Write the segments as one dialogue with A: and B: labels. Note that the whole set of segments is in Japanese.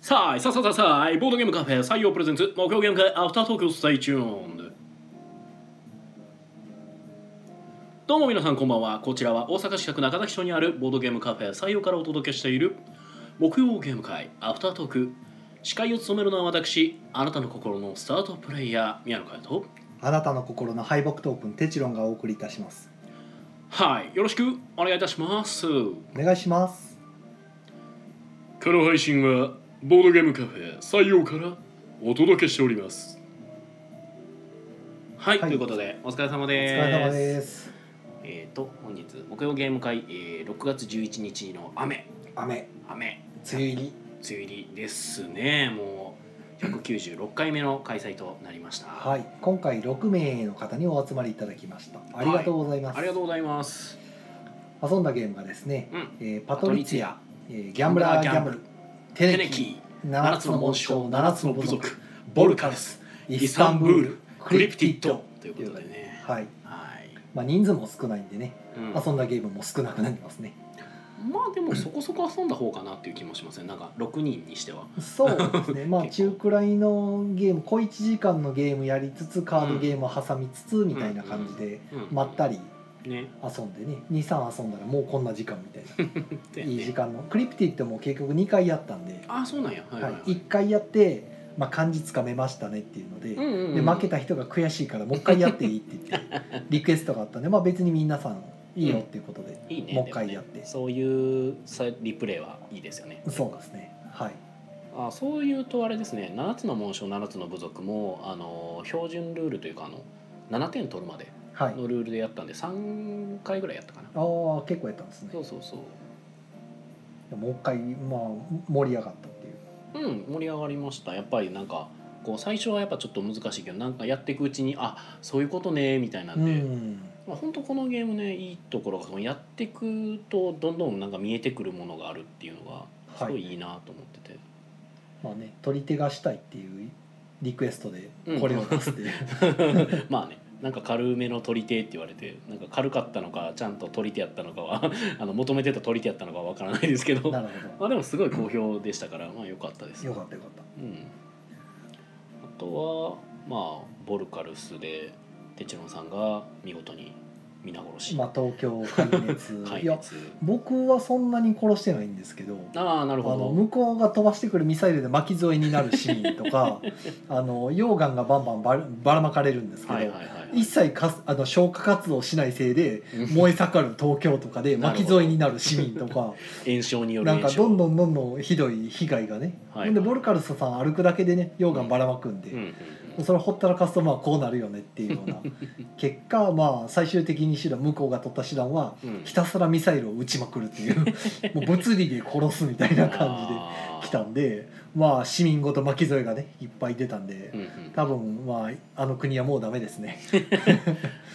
A: さあ、さあさあさあさあ、ボードゲームカフェ採用プレゼンツ、目標ゲーム会アフタートークをスタイチューンどうも皆さんこんばんは。こちらは大阪市北区中崎町にあるボードゲームカフェ採用からお届けしている木曜ゲーム会アフタートーク。司会を務めるのは私、あなたの心のスタートプレイヤー、宮野佳代と。
B: あなたの心の敗北トークンテチロンがお送りいたします
A: はい、よろしくお願いいたします。
B: お願いします
A: この配信はボードゲームカフェ採用からお届けしておりますはい、
B: はい
A: ということでお疲れ様
B: お疲
A: です
B: れ様です
A: えっ、と本日木曜ゲーム会、えー、6月11日の雨
B: 雨
A: 雨
B: 梅雨入り
A: 梅雨入りですねもう196回目の開催となりました、
B: はい今回6名の方にお集まりいただきましたありがとうございます、
A: ありがとうございます
B: 遊んだゲームがですね、
A: うん
B: えーパトリツィア、えーギャンブラーギャンブル
A: テ
B: テ
A: ネ
B: ネキ
A: キ
B: 7
A: 7
B: つ
A: つ
B: の
A: の
B: 紋
A: 紋
B: 章
A: 章
B: 7
A: 7
B: つ
A: つ
B: の
A: の
B: 部
A: 部
B: 族
A: 族ボルカルス
B: イスタンブール
A: クリプティッドということでね
B: はい、
A: はい、
B: まあ、人数も少ないんでね、
A: うん
B: 遊んだゲームも少なくなりますね
A: まあでもそこそこ遊んだ方かなっていう気もしますねなんか6人にしては
B: そうですねまあ
A: 結構
B: 中くらいのゲーム小1時間のゲームやりつつカードゲームを挟みつつみたいな感じで
A: うん
B: まったり
A: ね
B: 遊んでね23遊んだらもうこんな時間みたい
A: で
B: ないい時間のクリプティってもう結局2回やったんで、
A: ああそうなんやはいは、
B: はいい
A: はい、
B: 1回やって、まあ、漢字つかめましたねっていうので,、
A: うんうん
B: で負けた人が悔しいからもう一回やっていいって言って リクエストがあったんで、まあ、別に皆さんいいよっていうことで、
A: いいね
B: もう一回
A: でね
B: やって
A: そういうさリプレイはいいですよね
B: そうですねはい
A: あそういうとあれですね7つの紋章7つの部族もあの標準ルールというかあの7点取るまで
B: はい
A: のルールでやったんで3回ぐらいやったかな
B: ああ結構やったんですね
A: そうそうそう
B: もう一回、まあ、盛り上がったっていう
A: うん盛り上がりましたやっぱりなんかこう最初はやっぱちょっと難しいけどなんかやっていくうちにあそういうことねみたいなんで、
B: うん
A: まあ、本当このゲームねいいところがそのやっていくとどんどんなんか見えてくるものがあるっていうのがす
B: は
A: ごい
B: い
A: いいなと思ってて、
B: まあね取り手がしたいっていうリクエストで
A: うん
B: これを出すっ ていう、
A: まあねなんか軽めの取り手って言われてなんか軽かったのかちゃんと取り手やったのかは あの求めてた取り手やったのかはわからないですけど
B: な
A: ま
B: るほ
A: あでもすごい好評でしたからまあ良かったです
B: どよかったよかった
A: うん、あとはまあボルカルスでテチロンさんが見事に皆殺し、
B: まあ、東京壊 滅
A: 壊
B: いや
A: 滅
B: 僕はそんなに殺してないんですけど
A: ああな
B: あ
A: るほ
B: の
A: ど
B: 向こうが飛ばしてくるミサイルで巻き添えになるシーンとか あの溶岩がバンバンばらばらまかれるんですけど、
A: はいはいはい
B: 一切かすあの消火活動しないせいで
A: うん
B: 燃え盛る東京とかで巻き添えになる市民 とか
A: 炎症による
B: なん
A: 炎
B: か
A: 症
B: どんどんどんどんひどい被害がね、
A: はい
B: ほんでボルカルスさん歩くだけでね溶岩ばらまくんで、
A: うんうんうん
B: それほったらかすとまあこうなるよねっていうよ うな結果まあ最終的に手段向こうが取った手段は
A: うん
B: ひたすらミサイルを撃ちまくるっ ていうもう物理で殺すみたいな感じで
A: あー
B: 来たんでまあ市民ごと巻き添えがねいっぱい出たんで
A: うんうん
B: 多分まああの国はもうダメですね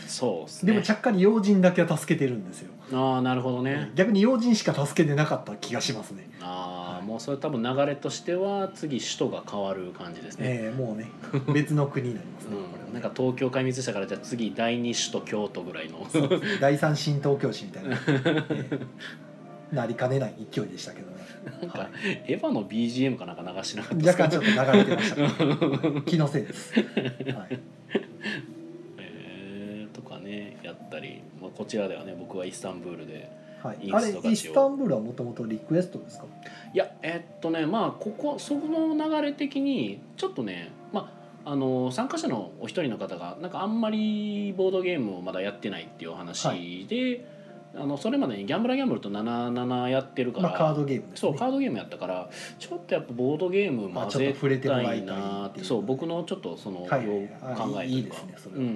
A: そうです
B: で
A: ね
B: もちゃっかり要人だけは助けてるんですよ
A: ああなるほどね、
B: 逆に要人しか助けてなかった気がしますね
A: ああ、
B: はい
A: もうそれ多分流れとしては次首都が変わる感じですね、
B: ええも うね別の国になりますねこれ
A: う
B: は
A: ん、
B: ね
A: なんか東京壊滅したからじゃあ次第二首都京都ぐらいの
B: そうですね第三新東京市みた いな、ええなりかねない勢いでしたけどね
A: なんか
B: はい
A: エヴァの BGM かなんか流してなかったです
B: 若
A: か
B: 干ちょっと流れてましたけ ど、はい気のせいです、はい、
A: えーとかねやったり、まあ、こちらではね僕はイスタンブールで
B: はい、
A: イ
B: あ
A: ンストが違う
B: れイスタンブールはもともとリクエストですか
A: いやえーっとねまあここそこの流れ的にちょっとねまああの参加者のお一人の方がなんかあんまりボードゲームをまだやってないっていうお話
B: は
A: で、あのそれまでにギャンブラーギャンブルと77やってるから、
B: まあカードゲームです、
A: そ
B: ね、
A: うカードゲームやったからちょっとやっぱボードゲーム
B: まあ
A: 混
B: ちょっと
A: ぜ
B: 触れてもらい
A: た
B: たいっ
A: い
B: ていう
A: なーってそう僕のちょっとその、
B: はい
A: よう考
B: あ
A: え
B: いいいい
A: と
B: で
A: か
B: すねそれ
A: う
B: は、
A: ん、っ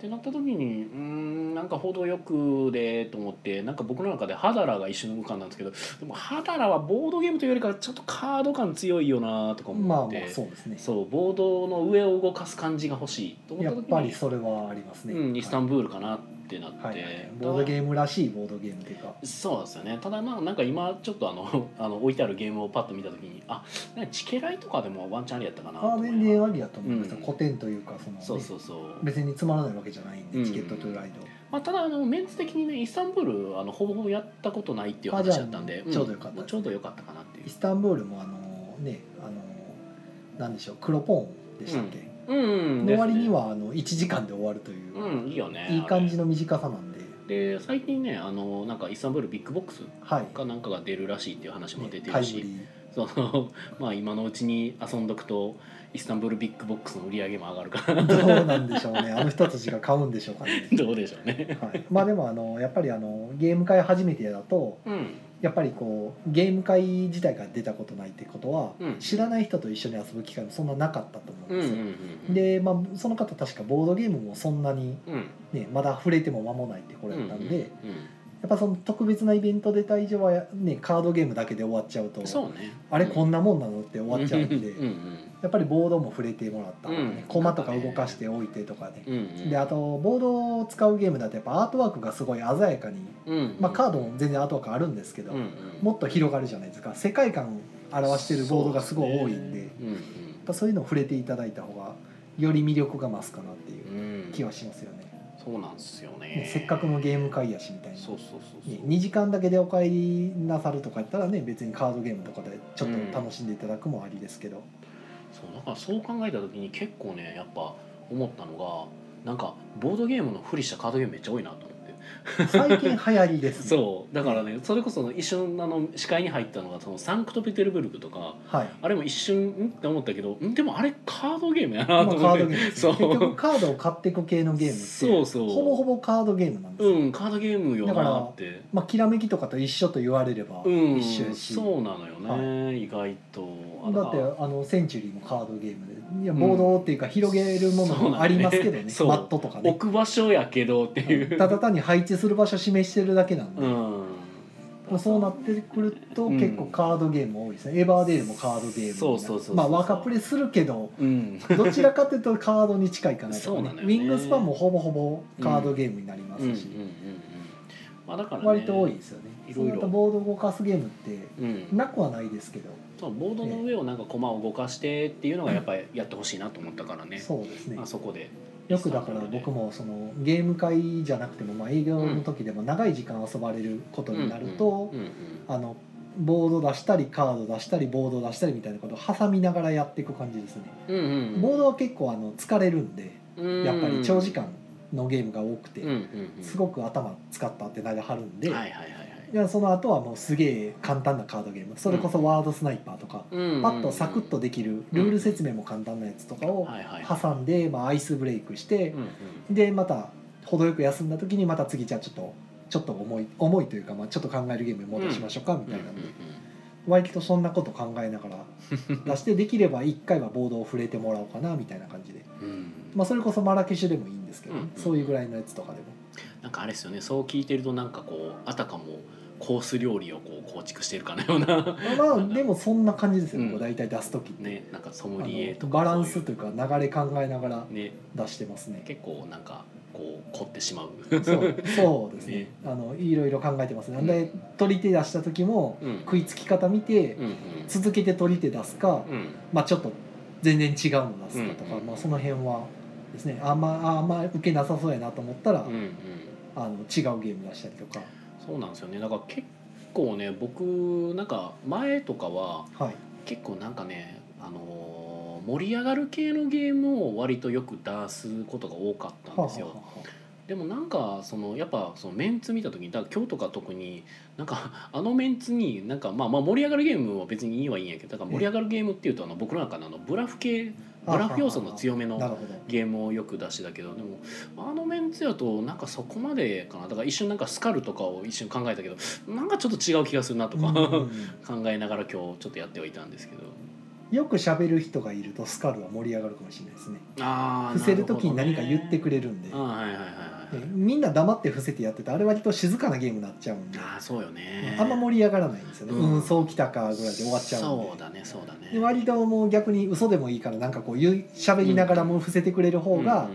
A: てなった時にうーんなんか報道よくでと思ってなんか僕の中でハダラが一緒の無感なんですけどでもハダラはボードゲームというよりかはちょっとカード感強いよなーとか
B: まあ
A: 思
B: ま
A: って、
B: あそうですね
A: そうボードの上を動かす感じが欲しいと思
B: や
A: った時
B: っ
A: に
B: ぱりそれはありますね、
A: うん、イスタンブールかなってなって、
B: はいはいはいボードゲームらしいボードゲームというか
A: そうですよねただまあなんか今ちょっとあの あの置いてあるゲームをパッと見た時にあなんかチケライとかでもワンチャンありやったかなと
B: あ
A: 思い
B: 全
A: ながら
B: 然ありだと思います、
A: うん
B: 古典というかその、ね、
A: そうそうそう、
B: 別につまらないわけじゃないんで、
A: うん
B: チケットトゥーライド
A: まあ、ただあのメンツ的にねイスタンブールあのほぼほぼやったことないっていう話だったんで、
B: あじゃあ
A: ん
B: ちょうどよかった
A: ちょうどよかったかなってい
B: イ
A: う
B: スタンブールもあのねあのなんでしょう黒ポーンでしたっけ、
A: うん
B: の割に
A: は
B: はあの1時間で終わるという、
A: うんいいよね
B: いい感じ
A: の
B: の短さなんで、
A: で最近ねあのなんかイスタンブールビッグボックス
B: はい、
A: かなんかが出るらしいっていう話も出てる
B: タイム
A: し、
B: リ
A: その まあ今のうちに遊んどくとイスタンブールビッグボックスの売り上げも上がるから、
B: ーどうなんでしょうねあの人たちが買うんでしょうかね
A: どうでしょうね
B: はい、まあでもあのやっぱりあのゲーム会初めてだと
A: うん
B: やっぱりこうゲーム会自体が出たことないってことは、
A: うん
B: 知らない人と一緒に遊ぶ機会もそんななかったと思うん
A: うんう
B: で
A: ん
B: すよ、
A: うん
B: で、まあ、その方確かボードゲームもそんなに、
A: うん
B: ね、まだ触れても間もないってこ
A: う
B: れ
A: ん
B: だったんで、や
A: う
B: っぱその特別なイベント出た以上は、ね、カードゲームだけで終わっちゃうと
A: んそうね
B: あれこ
A: なん
B: なもんなのって終わっちゃうんで、
A: うんうん
B: やっぱりボードも触れてもらった方がね、
A: うん
B: コマとか動かしておいてとかね、
A: うんうん
B: であとボードを使うゲームだとやっぱアートワークがすごい鮮やかに、
A: うん
B: まあ、カードも全然アートワークあるんですけど、
A: うんうん
B: もっと広がるじゃないですか世界観を表してるボードがすごい多いん
A: そう
B: でや
A: すね
B: っぱそういうのを触れていただいた方がより魅力が増すかなっていう
A: うんうんうん
B: 気はしますよね、
A: そうなんですよね
B: ねせっかくのゲーム会やしみたいな、
A: そうそうそう
B: ね
A: そう
B: 2時間だけでお帰りなさるとかやったらね別にカードゲームとかでちょっと楽しんでいただくもありですけど、
A: そうだからそう考えた時に結構ねやっぱ思ったのがなんかボードゲームのふりしたカードゲームめっちゃ多いなと思って
B: 最近流行りです、ね、
A: そうだからねそれこそ一瞬あの視界に入ったのがそのサンクトペテルブルクとか
B: はい
A: あれも一瞬んって思ったけどんでもあれカードゲームや
B: ま
A: な
B: あ
A: と
B: カ
A: 思って、
B: ードゲームです
A: そ
B: ね、
A: う
B: 結局カードを買っていく系のゲームって
A: そうそう
B: ほぼほぼカードゲームなんですよ、
A: うんカードゲームよなって
B: まあ、きらめきとかと一緒と言われれば
A: うん
B: 一緒やし、
A: そうなのよね、意外とあ
B: だってあのセンチュリーもカードゲームでいやボードっていうか広げるも
A: そ
B: の
A: うなんだ
B: も
A: ね
B: ありますけどね,、
A: そう
B: マットとかね
A: 置く場所やけどっていう、
B: ただ単に配置する場所示してるだけなんで、
A: うん
B: もうそうなってくると
A: うん
B: 結構カードゲーム多いですね、エヴァーデールもカードゲームになる
A: そうそうそうそう
B: まあワーカープレイするけど
A: うん
B: どちらかというとカードに近いかな
A: そう
B: とか、
A: なの
B: ね
A: よ
B: ウ
A: ね
B: ィングスパンもほぼほぼカードゲームになりま
A: うんうんうんう
B: す
A: ん
B: し、
A: まあだから、ね、
B: 割と多いですよね
A: いろいろ
B: そうなるとボードを動かすゲームって
A: うん、
B: なくはないですけど、
A: そうボードの上をなんか駒を動かしてっていうのがやっぱりやってほしいなと思ったからね、
B: そうですね
A: あそこで
B: よくだから僕もそのゲーム会じゃなくてもまあ営業の時でも長い時間遊ばれることになると
A: うんうん
B: あのボード出したりカード出したりボード出したりみたいなことを挟みながらやっていく感じですね
A: うんうんうんうん
B: ボードは結構あの疲れるんで
A: うん
B: やっぱり長時間のゲームが多くて
A: うんうんうん
B: すごく頭使ったってなりはるんで
A: はいはいはいはい
B: いやその後はもうすげえ簡単なカードゲームそれこそワードスナイパーとか
A: うんうんうん
B: パッとサクッとできるルール説明も簡単なやつとかを
A: はいはい
B: 挟んでまあアイスブレイクして
A: うんうん
B: でまた程よく休んだ時にまた次じゃあちょっとちょっと重い重いというか、まあ、ちょっと考えるゲームに戻しましょうかみたいな、
A: うんうんうん
B: 割とそんなこと考えながら出してできれば1回はボードを触れてもらおうかなみたいな感じで、
A: うん
B: まあ、それこそマラケシュでもいいんですけど、
A: うん
B: そういうぐらいのやつとかでも
A: なんかあれですよねそう聞いてるとなんかこうあたかもコース料理をこう構築してるかのような
B: まあでもそんな感じですよ、
A: うん
B: こう大体出す時って、
A: ねなんかソ
B: あ
A: ムリエと
B: の
A: か
B: バランス
A: そう
B: というか流れ考えながら
A: いうね
B: 出してます ね
A: 結構なんかこう凝ってしまう
B: そうそうですね
A: ね
B: あのいろいろ考えてますね、
A: うん
B: で取り手出した時も
A: うん
B: 食いつき方見て、
A: うんうん
B: 続けて取り手出すか、
A: うん
B: まあ、ちょっと全然違うの出すかとか、
A: うん
B: まあ、その辺はですねあんまああんま受けなさそうやなと思ったら、
A: うんうん
B: あの違うゲーム出したりとか、
A: そうなんですよねだから結構ね僕なんか前とかは
B: はい、
A: 結構なんかねあのー盛り上がる系のゲームを割とよく出すことが多かったんですよ。
B: は
A: でもなんかそのやっぱそのメンツ見た時にだから今日とか特になんかあのメンツになんかまあまあ盛り上がるゲームは別にいいはいいんやけどだから盛り上がるゲームっていうとあの僕の中のあのブラフ系
B: あは
A: ブ
B: あはあ
A: ラフ要素の強め
B: あはあな
A: の
B: るほど
A: ゲームをよく出してたけどでもあのメンツやとなんかそこまでかなだから一瞬なんかスカルとかを一瞬考えたけどなんかちょっと違う気がするなとか、
B: うんうん
A: 考えながら今日ちょっとやってはいたんですけど
B: よく喋る人がいるとスカルは盛り上がるかもしれないですね
A: ああ
B: 伏せる時に何か言ってく
A: れ
B: れるんで
A: あーはいはいはいはい
B: ねみんな黙って伏せてやっててあれ割と静かなゲームになっちゃうんで、
A: ああそうよね
B: あんま盛り上がらないんですよね、
A: うん
B: うん、そうきたかぐらいで終わっちゃうんで
A: そうだねそうだね
B: で割ともう逆に嘘でもいいからなんかこう言う喋りながらも伏せてくれる方が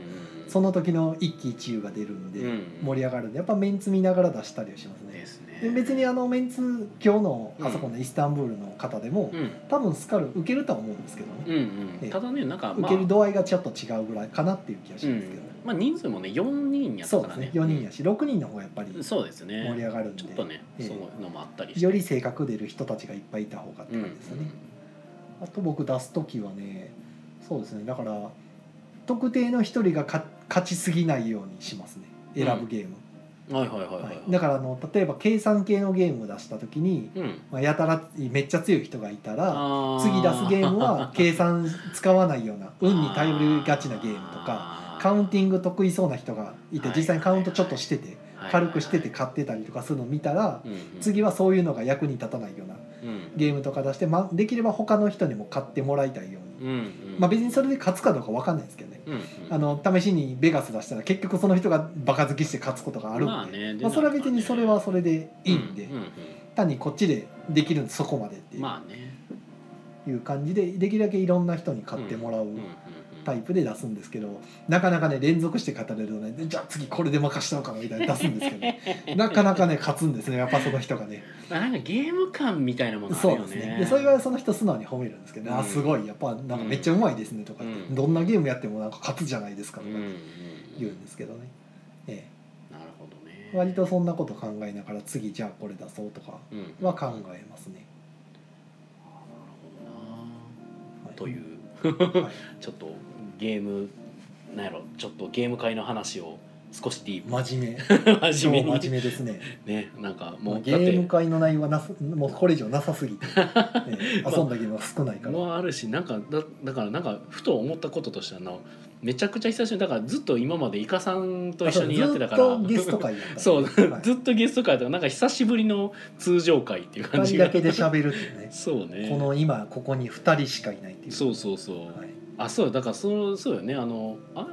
B: そ
A: の
B: の時の一喜一憂が出るんで盛り上がるんでやっぱメンツ見ながら出したりはします
A: で
B: ね
A: すね
B: で別にあのメンツ今日の
A: うん
B: あそこのイスタンブールの方でも
A: うん
B: 多分スカル受けるとは思うんですけどね
A: うんうんただねなんか
B: 受
A: まあ
B: ける度合いがちょっと違うぐらいかなっていう気がし
A: う
B: ますけど
A: んまあ人数もね4人やった
B: そう
A: か
B: で
A: ら
B: すね
A: ね
B: 4人やし6人の方がやっぱり
A: うんそうですね
B: 盛り上がるん
A: ち
B: で
A: ょっとね
B: ええ
A: そういうのもあったりして
B: より性格出る人たちがいっぱいいた方がって
A: うん
B: 感じですよね
A: うん
B: あと僕出す時はねそうですねだから特定の一人が勝勝ちすぎないようにしますね選ぶゲーム、
A: はいはいはいは
B: はいい、だからあの例えば計算系のゲームを出した時に、
A: うん
B: まあ、やたらめっちゃ強い人がいたら
A: あー
B: 次出すゲームは計算使わないような運に頼りがちなゲームとか
A: か
B: カウンティング得意そうな人がいて
A: はい
B: 実際にカウントちょっとしてて軽くしてて、買ってたりとかするのを見たら
A: はいはいはいうんうん
B: 次はそういうのが役に立たないような
A: うん
B: ゲームとか出して、ま、できれば他の人にも買ってもらいたいように、
A: うんうん
B: まあ、別にそれで勝つかどうか分かんないですけどね
A: うんうん
B: あの試しにベガス出したら結局その人がバカ好きして勝つことがあるんで,、
A: まあねで
B: まあ、それは別にそれはそれでいいんで、
A: うんうん
B: 単にこっちでできるんですそこまでって
A: うんまあね
B: いう感じでできるだけいろんな人に買ってもら
A: う
B: う
A: んうんうん
B: タイプで出すんですけどなかなかね連続して語れるとねでじゃあ次これで任したのかなみたいな出すんですけ ど、ね、なかなかね勝つんですねやっぱその人がね
A: まあなんかゲーム感みたいなものある
B: そう
A: よ
B: です
A: ね
B: ねでそれはその人素直に褒めるんですけど、ね
A: うん
B: あすごいやっぱなんかめっちゃうまいですねとかって、
A: うん
B: どんなゲームやってもなんか勝つじゃないですか
A: う
B: と
A: ん
B: か
A: う
B: っ
A: んう
B: て言うん
A: ん
B: ですけどね、え
A: なるほどね
B: え、割とそんなこと考えながら次じゃあこれ出そうとか
A: うん
B: は考えますね、
A: なるほどな
B: はい
A: という
B: はい
A: ちょっとゲームなんやろちょっとゲーム界の話を少しディー
B: 真面目
A: プ 真
B: 超
A: 面目
B: 真
A: に
B: 面目ですね
A: ねなんか
B: ま
A: も
B: あ
A: う
B: ゲ
A: だっ
B: ーム
A: て
B: 会の内容はなさもうこれ以上なさ すぎて、ええ遊んだゲームは少ないから、
A: もあるしなんかだだからなんかふと思ったこととしてあのめちゃくちゃ久しぶりだからずっと今までイカさんと一緒にやってたから
B: ずっとゲスト会やった、
A: そう、
B: はい、
A: ずっとゲスト会とかなんか久しぶりの通常会っていう感
B: 2
A: じ
B: 人
A: が
B: だけで喋るっていうね
A: そうね
B: この今ここに2人しかいないっていう
A: そうそうそう、
B: はい、
A: あそうだからそうそうよねあのあ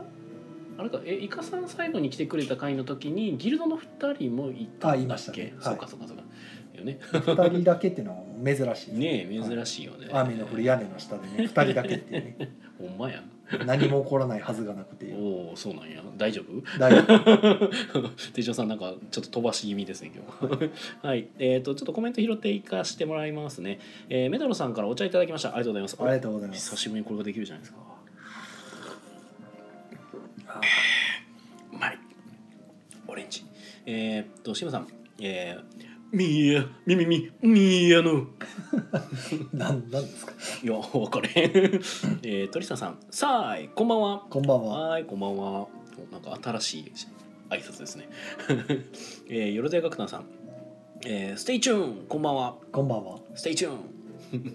A: あれかえイカさん最後に来てくれた回の時にギルドの2人もいたんだっけ
B: あいましたねはい
A: そうかそうかそうかよね
B: 2人だけっていうのは珍しいです
A: ねえ珍しいよね、
B: 雨の降る屋根の 下でね2人だけっていうね
A: ほんまや
B: 何も起こらないはずがなくて
A: おおそうなんや大丈夫
B: 大丈夫
A: 手順さんなんかちょっと飛ばし気味ですね今日はいえっ、とちょっとコメント拾っていかしてもらいますね、えー、メダロさんからお茶いただきましたありがとうございます
B: ありがとうございます
A: 久しぶりにこれができるじゃないですか
B: あ
A: うまいオレンジえー、っとシムさんえーみやみみみみやの
B: ーなんなんですか
A: いや分かれへん えー、トリスタンさんさあいこんばんは
B: こんばんは
A: はい、こんばんは。おなんか新しい挨拶ですね。 えー、よろずや学団さん。えー、ステイチューン、こんばんは。
B: こんばんは
A: ステイチューン。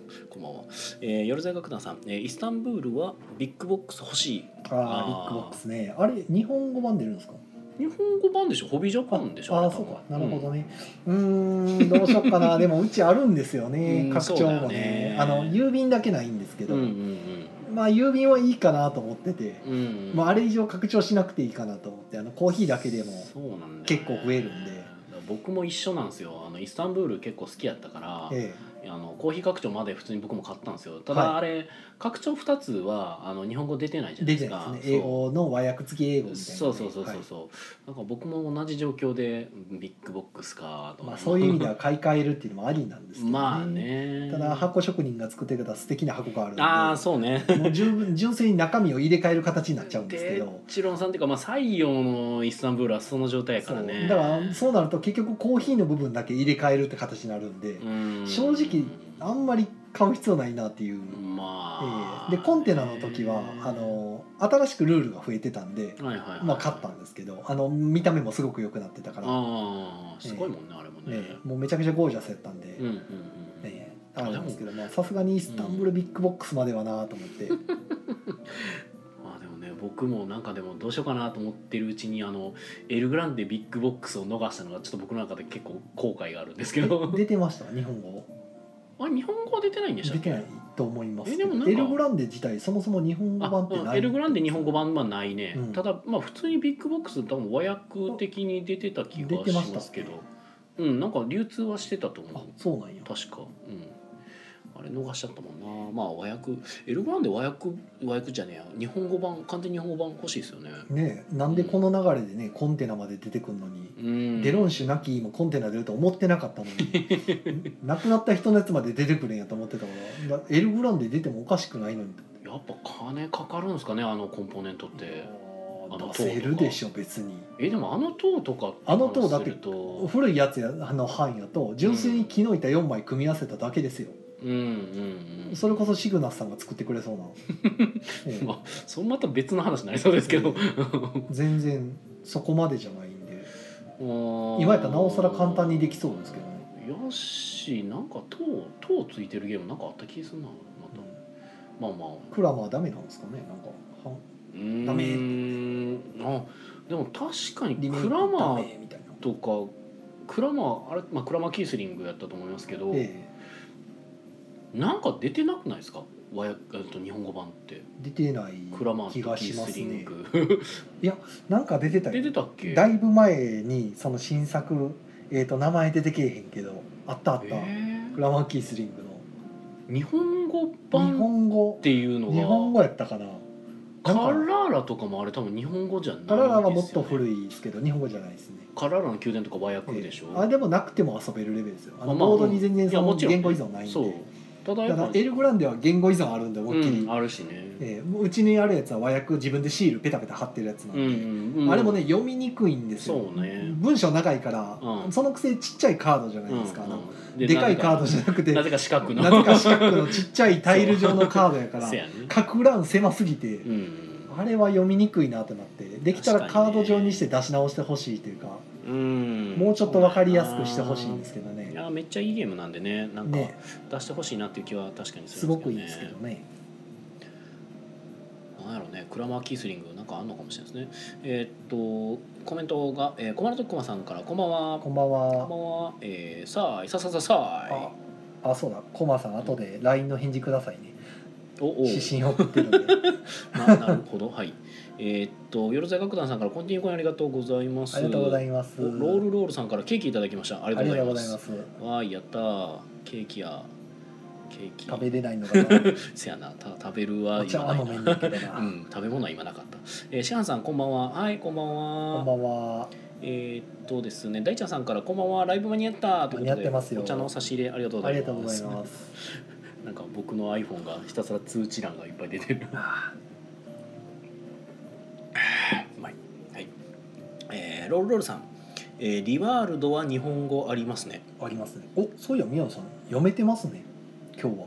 A: こんばんは。えー、よろずや学団さん、えー、イスタンブールはビッグボックス欲しい。あ
B: あ
A: ー
B: ービッグボックスねあれ日本語版出るんですか
A: 日本語版でしょ、ホビージャパンでしょ。
B: あ
A: れ
B: あ
A: 多
B: そう
A: 分
B: かなるほどねうーんどうしよっかなでもうちあるんですよね
A: うん
B: 拡張
A: そ
B: も
A: うだよ
B: ね
A: ね
B: あの郵便だけないんですけ
A: う
B: ど、
A: んうん
B: まあ郵便はいいかなと思ってて、
A: うんうん。うん。
B: まあ、あれ以上拡張しなくていいかなと思ってあのコーヒーだけでも
A: そうなんだよね
B: 結構増えるんで
A: 僕も一緒なんですよあのイスタンブール結構好きやったから、
B: え
A: あのコーヒー拡張まで普通に僕も買ったんですよた
B: は
A: だあれ、拡張2つはあの日本語出てないじ
B: え
A: ゃない
B: 出
A: で
B: て
A: す
B: な
A: か
B: いですね英語の和訳付き英語みたいなね、
A: そうそうそう
B: は
A: そ
B: いう
A: そう、なんか僕も同じ状況でビッグボックスかと
B: まあ、そういう意味で
A: は
B: は買い替えるっていうのもありなんですけど、
A: まあね
B: ただ箱職人が作ってくれた素敵な箱があるんで
A: ああそうね
B: もう十分純粋に中身を入れ替える形になっちゃうんですけど
A: でチロンさんっていうか、まあ、採用のイスタンブールはその状態や
B: そ
A: から
B: う
A: ね
B: だからそうなると結局コーヒーの部分だけ入れ替えるって形になるんで、
A: うん
B: 正直あんまり買う必要ないなっていう、
A: まあ、
B: ええでコンテナの時はあの新しくルールが増えてたんで、
A: はいはいはい
B: まあ、買ったんですけどあの見た目もすごく良くなってたから、ね
A: ああすごいもんね、あれもね、
B: えもうめちゃくちゃゴージャスやったんで、
A: うんうんうん、
B: ええあれなんですけどまあさすがにイスタンブルビッグボックスまではなと思って、
A: まあでもね僕もなんかでもどうしようかなと思ってるうちにあのエルグランデビッグボックスを逃したのがちょっと僕の中で結構後悔があるんですけど
B: え出てました日本語
A: あれ日本語は出てないんでした
B: 出
A: っけ
B: てないと思います
A: え
B: け
A: で
B: ど
A: もなんか
B: エルグランデ自体そもそも日本語版って
A: あ
B: な
A: うん
B: い
A: エルグランデ日本語版はないね、
B: うん
A: ただまあ普通にビッグボックス多分和訳的に出てた気がしますけど
B: 出て
A: うんなんか流通はしてたと
B: あ
A: 思う
B: そうなんや
A: 確かうんあれ逃しちゃったもんなまあ和訳エルグランデ和訳和訳じゃねえや日本語版完全に日本語版欲しいですよね
B: ねえなんでこの流れでねコンテナまで出てくるの
A: う
B: に、
A: ん
B: デロンシュなき今コンテナ出ると思ってなかった のに亡くなった人のやつまで出てくるんやと思ってたからだエルグランデ出てもおかしくないのに
A: やっぱ金かかるんですかねあのコンポーネントってあの
B: 出せるでしょ別に
A: えでもあの塔とか
B: あの塔だっ
A: からす
B: て
A: ると
B: 古いやつやあの版やと純粋に木の板4枚組み合わせただけですよ、
A: うんうん
B: それこそシグナスさんが作ってくれそう な、え
A: うん
B: え
A: まあそれまた別の話になりそうですけど
B: 全然そこまでじゃないんで今
A: 今
B: やったらなおさら簡単にできそうですけどね
A: よしなんか塔塔ついてるゲームなんかあった気がするなまた、まあまあ
B: クラマーダメなんですかねなんかは
A: うーん
B: ダメ
A: あでも確かに
B: リメイク
A: クラマ
B: ダ
A: ー
B: メみたいな
A: とかクラマーあれ、まあ、クラマーキースリングやったと思いますけど、
B: え
A: なんか出てなくないですか和訳えっと日本語版って
B: え出てない
A: クラマ
B: 気
A: ーと
B: が
A: キ
B: し
A: ー
B: ま
A: ス
B: す
A: リン
B: ね
A: グ、
B: なんか出てたよ
A: 出てたっけ
B: だいぶ前にその新作えっ、と名前出てけえへんけどあったあった、
A: え
B: クラマーキースリングの
A: ー日本語
B: 日
A: 版っ
B: 本語
A: ていうのが
B: 日本語やったかな
A: カラ
B: なんか
A: ーラとかもあれ多分日本語じゃないんです
B: カ
A: よ、ね、
B: ララはもっと古いですけど日本語じゃないですね
A: カラーラの宮殿とか和訳でしょ、
B: あれでもなくても遊べるレベルですよあ
A: まあ
B: の
A: まあ
B: ボードに全
A: い
B: 然
A: や
B: その
A: もちろん
B: 言語依存ないんで、
A: そうただや
B: だ
A: っ
B: から
A: ぱ
B: エルグランデは言語依存あるんで思いっきり、
A: うん、あるしね、
B: ええもううちにあるやつは和訳自分でシールペタペタ貼ってるやつなん
A: う
B: で、
A: んうんうん、
B: あれもね読みにくいんですよ
A: そうね
B: 文章長いから、
A: うん
B: そのくせちっちゃいカードじゃないですか、あの
A: うん
B: で
A: で
B: かいカードじゃなくて
A: な
B: な
A: ぜ
B: ぜ
A: か四角の
B: か四角のちっちゃいタイル状のカードやから
A: せやね
B: 格欄狭すぎて、
A: うん
B: あれは読みにくいなってなってできたら
A: 確か
B: カ
A: に
B: ー
A: ね
B: ド上にして出し直してほしいというか
A: うん
B: もうちょっと分かりやすくしてほしいんですすけど
A: い
B: ね
A: やめっちゃいいゲームなんでねなんか
B: ね
A: 出してほしいなっていう気は確かにす
B: す
A: る
B: ご
A: ん
B: くいいですけどね
A: なんやろうね、クラマーキースリングなんかあんのかもしれないですね。えーっとコメントが、えー、小丸とこまさんからこんばんは。
B: こんばん
A: こんば
B: は
A: んは。えー、さあいささささ
B: あ
A: あ
B: あそうだコマさん後で LINE の返事くださいね
A: い。おお。
B: 指針送ってる んで
A: ななるほどはい。えーっとよろずや楽団さんからコンティニューコインありがとうございます。
B: ありがとうございます
A: おロールロールさんからケーキいただきました。あり
B: あ
A: がと
B: り
A: う
B: が
A: ご
B: と
A: ざ
B: う
A: い
B: ご
A: ま
B: ざい
A: す
B: ま。す
A: わーいやったーケーキやケーキ
B: 食べれない のかな
A: せやなた食べるは
B: お茶
A: 今
B: は
A: ない
B: 飲めんだけどな、
A: な、うん、食べ物は今なかった、えー、シャンさんこんばんははいこんばんは
B: こんばんは
A: えーっとですね大ちゃんさんからこんばんはライブ間に合ったということで
B: 間に合ってますよ
A: お茶の差し入れありがとうご
B: あ
A: ざい
B: り
A: ます
B: がとうございます
A: なんか僕の iPhone がひたすら通知欄がいっぱい出てる
B: あ
A: うまいはいえー、ロールロールさん、えーリワールドは日本語ありますね
B: ありますねおそういや宮野さん読めてますね今日は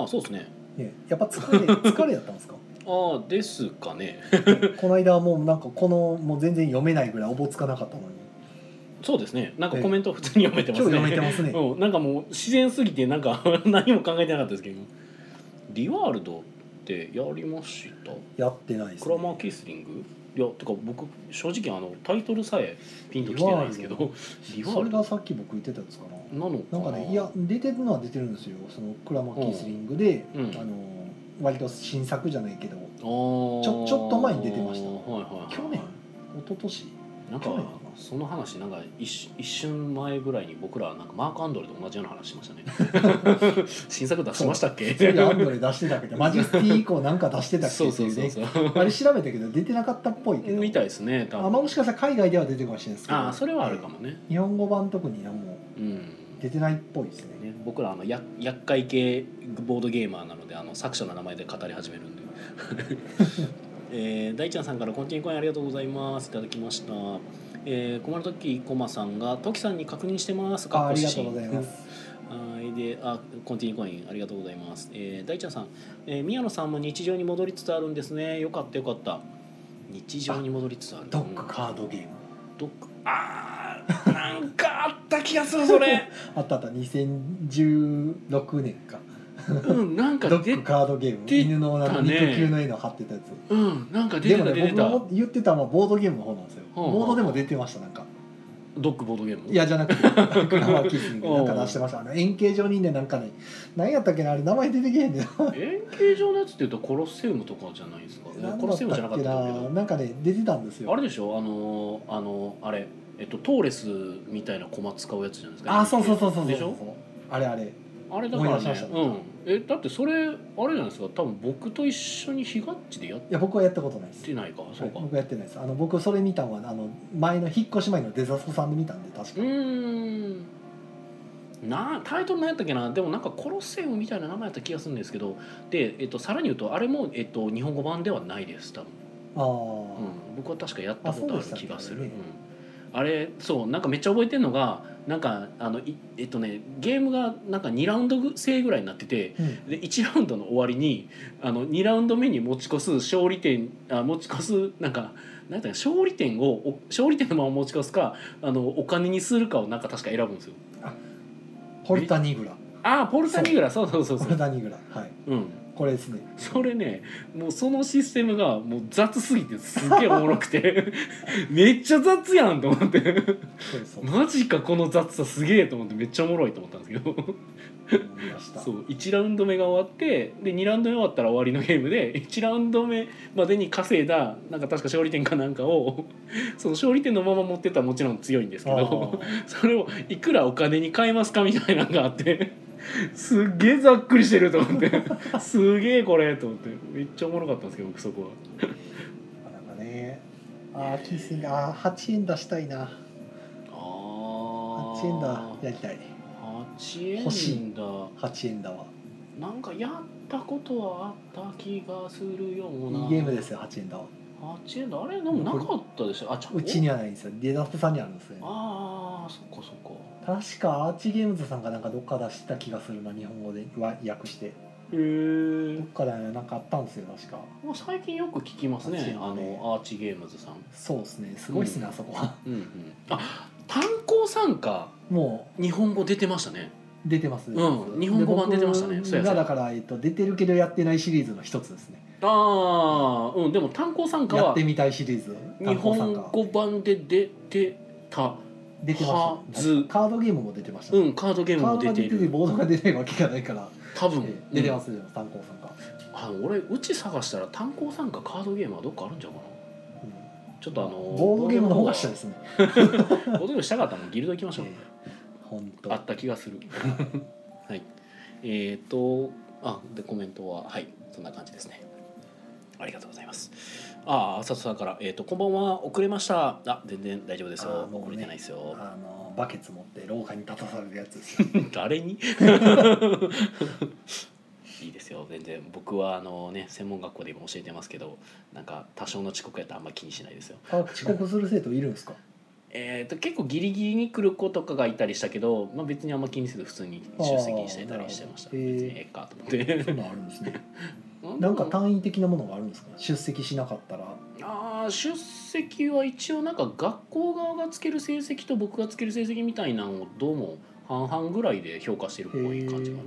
A: ああそうですね
B: ねやっぱ疲 れ疲れやったんですか
A: ああですかね
B: この間はもうなんかこのもう全然読めないぐらいおぼつかなかったのに
A: そうですねなんかコメント普通に読めて
B: 今
A: ます
B: 日
A: ね
B: 読めてますね
A: うん、なんかもう自然すぎてなんか何も考えてなかったですけどリワールドってやりました
B: やってないです
A: ク
B: ね
A: ラマーキースリングいやてか僕正直あのタイトルさえピンときてないんですけどリワ
B: そ
A: ー
B: れ
A: ルド
B: がさっき僕言ってたんですかな
A: なの
B: な
A: かな
B: んかねいや出てるのは出てるんですよそのクラマキースリングで、
A: うんうん
B: あの割と新作じゃないけど
A: あー
B: ちょちょっと前に出てました
A: はいはいはい、
B: 去年一昨年
A: なんか
B: 去年かな
A: その話なんか一瞬一瞬前ぐらいに僕らなんかマーク・アンドレと同じような話しましたね 新作出しましたっけ
B: それでアンドレ出してたけどマジェスティ以降なんか出してたっけ
A: そう
B: って
A: そ
B: いうう
A: そう
B: ね
A: そう
B: あれ調べたけど出てなかったっぽいけ ど
A: みたいですね多
B: あまあもしかしたら海外では出てるかもしれないですけど
A: ああそれはあるかもね、
B: 日本語版特にはも
A: うん
B: う出てないっぽいですね
A: ね、僕らあのや厄介系ボードゲーマーなのであの作者の名前で語り始め るんで、えー、大ちゃんさんから「コンティニューコインありがとうございます」いただきました、えー、困る時こまさんが「トキさんに確認してます」
B: ああ
A: かっこ
B: り
A: 指
B: がとう
A: 針
B: ございます
A: はいであコンティニューコインありがとうございます、えー、大ちゃんさん、えー、宮野さんも日常に戻りつつあるんですねよかったよかった日常に戻りつつある
B: ドッグカードゲーム
A: ドックあーなんかあった気がするそ れ
B: あったあった2016年か
A: うんなんか
B: ドッ
A: 出
B: グカードゲーム
A: 出
B: 犬のなんか
A: 出たね
B: 肉球の絵の貼ってたやつ
A: うん、なんか出
B: で
A: て
B: も
A: た出
B: ね
A: て
B: 僕が
A: た。
B: も言ってたのはボードゲームの方なんですよ、
A: ほうほう
B: ボードでも出てましたなんか
A: ドッグボードゲーム。
B: いやじゃ なくてクラマーキースになんか出してましたあの円形状にねなんかね何やったっけなあれ名前出てけへんねん
A: 円形状のやつって言うとコロッセウムとかじゃないですか。
B: 何
A: コロッセウムじゃ
B: だ
A: な
B: った
A: か
B: っ
A: っ
B: け
A: た
B: な
A: けど。
B: なんかね出てたんですよ
A: あれでしょあのーあのーあれえっとトーレスみたいな駒使うやつじゃないですか。
B: あそうそうそうそうそう
A: でしょ。
B: あれあれ
A: あれだから
B: 思い出しま
A: ね。
B: した
A: うん。えだってそれあれじゃないですか。多分僕と一緒に日がっちでやっ
B: いや僕はやったことないです
A: てないか。そうか。
B: はいう僕やってないですあの僕それ見たのはあの前の引っ越し前のデザストさんで見たんで確か
A: ーん。なあタイトル何やったっけなでもなんかコロッセウムみたいな名前やった気がするんですけどで、えっと、さらに言うとあれも、えっと、日本語版ではないです多分
B: ああ、
A: うん、僕は確かやったことある気がする
B: あそうでしたっけね
A: うんあれそうなんかめっちゃ覚えてんのがなんかあのいえっとねゲームがなんか2ラウンド制ぐらいになってて
B: うん
A: で1ラウンドの終わりにあの2ラウンド目に持ち越す勝利点あ持ち越すなんかなんていうの勝利点をお勝利点のまま持ち越すかあのお金にするかをなんか確か選ぶんですよ。
B: ポルタニグラ
A: あーポルタニグラそうそうそう
B: ポ
A: そ
B: ル
A: う。
B: タニグラはい
A: うん
B: これですね
A: それねもうそのシステムがもう雑すぎてすっげえおもろくて めっちゃ雑やんと思って
B: そう そう
A: マジかこの雑さすげえと思ってめっちゃおもろいと思ったんですけど
B: 思いました
A: そう1ラウンド目が終わってで2ラウンド目終わったら終わりのゲームで1ラウン ド目までに稼いだなんか確か勝利点かなんかを その勝利点のまま持ってったらもちろん強いんですけ
B: あ
A: ど
B: ー
A: それをいくらお金に換えますかみたいなのがあって すっげえざっくりしてると思って すげえこれと思ってめっちゃおもろかったんですけど僕そこは
B: なんかねあーキースにあー8円出したいな
A: あ
B: 8円だやりたい
A: 8円
B: 欲しい
A: だ
B: 8円だわ
A: なんかやったことはあった気がするようない
B: いゲームですよ8円だわ
A: 8円だあれでもなかったでしょあちゃ
B: うちにはないんですよデダスさんにあるんですよ
A: ああそっかそっか
B: 確かアーチゲームズさんがなんかどっか出した気がするな日本語では訳して
A: へ
B: ど
A: え
B: っかでなんかあったんですよ確か
A: 最近よく聞きますね
B: 8円
A: あ
B: だね
A: のアーチゲームズさん
B: そうですねすごいっすね、
A: うん
B: あそこは
A: うんうんあ炭鉱参加
B: も
A: 日本語出てましたね
B: う出てますね、
A: うん日本語版出てましたね
B: 僕
A: そうやそう
B: が
A: や
B: だから、えっと、出てるけどやってないシリーズの一つですね
A: ああうんでも炭鉱参加
B: や
A: は
B: ってみたいシリーズ
A: 日本
B: 単行
A: 語版で出てた
B: 出て
A: は
B: ました、
A: ず
B: カードゲームも出てました、
A: うんカードゲーム
B: カー
A: も
B: ド
A: 出
B: が
A: て
B: 出てて
A: る
B: ボードが出ないわけがないから、
A: 多
B: え
A: 分
B: ー出て
A: うん
B: ます出てます単行さんが、
A: あ俺うち探したら炭鉱参加カードゲームはどっかあるんじゃうかな
B: う
A: ちょっとあの
B: んボードゲームの方がしたいですね
A: ボードゲームしたかったもんギルド行きましょう、
B: えー本当
A: あった気がする はいえっ、とあでコメントははいそんな感じですねありがとうございますああ佐藤さんから、えーと「こんばんは遅れました」あ全然大丈夫ですよ、
B: あーもうね
A: 遅れてないですよ
B: あのバケツ持って廊下に立たされるやつですよ
A: 誰に いいですよ全然僕はあのね専門学校で今教えてますけどなんか多少の遅刻やったらあんま気にしないですよ
B: あ 遅刻する生徒いるんですか
A: えー、と結構ギリギリに来る子とかがいたりしたけど、まあ、別にあんま気にせず普通に出席してたりしてました
B: あ
A: 別
B: ーなるほ
A: に
B: ど
A: ええかと思って
B: そんなんあるんですね なんか単位的なものがあるんですか出席しなかったら
A: あー出席は一応なんか学校側がつける成績と僕がつける成績みたいなのをどうも半々ぐらいで評価してるっぽい感じかな
B: へ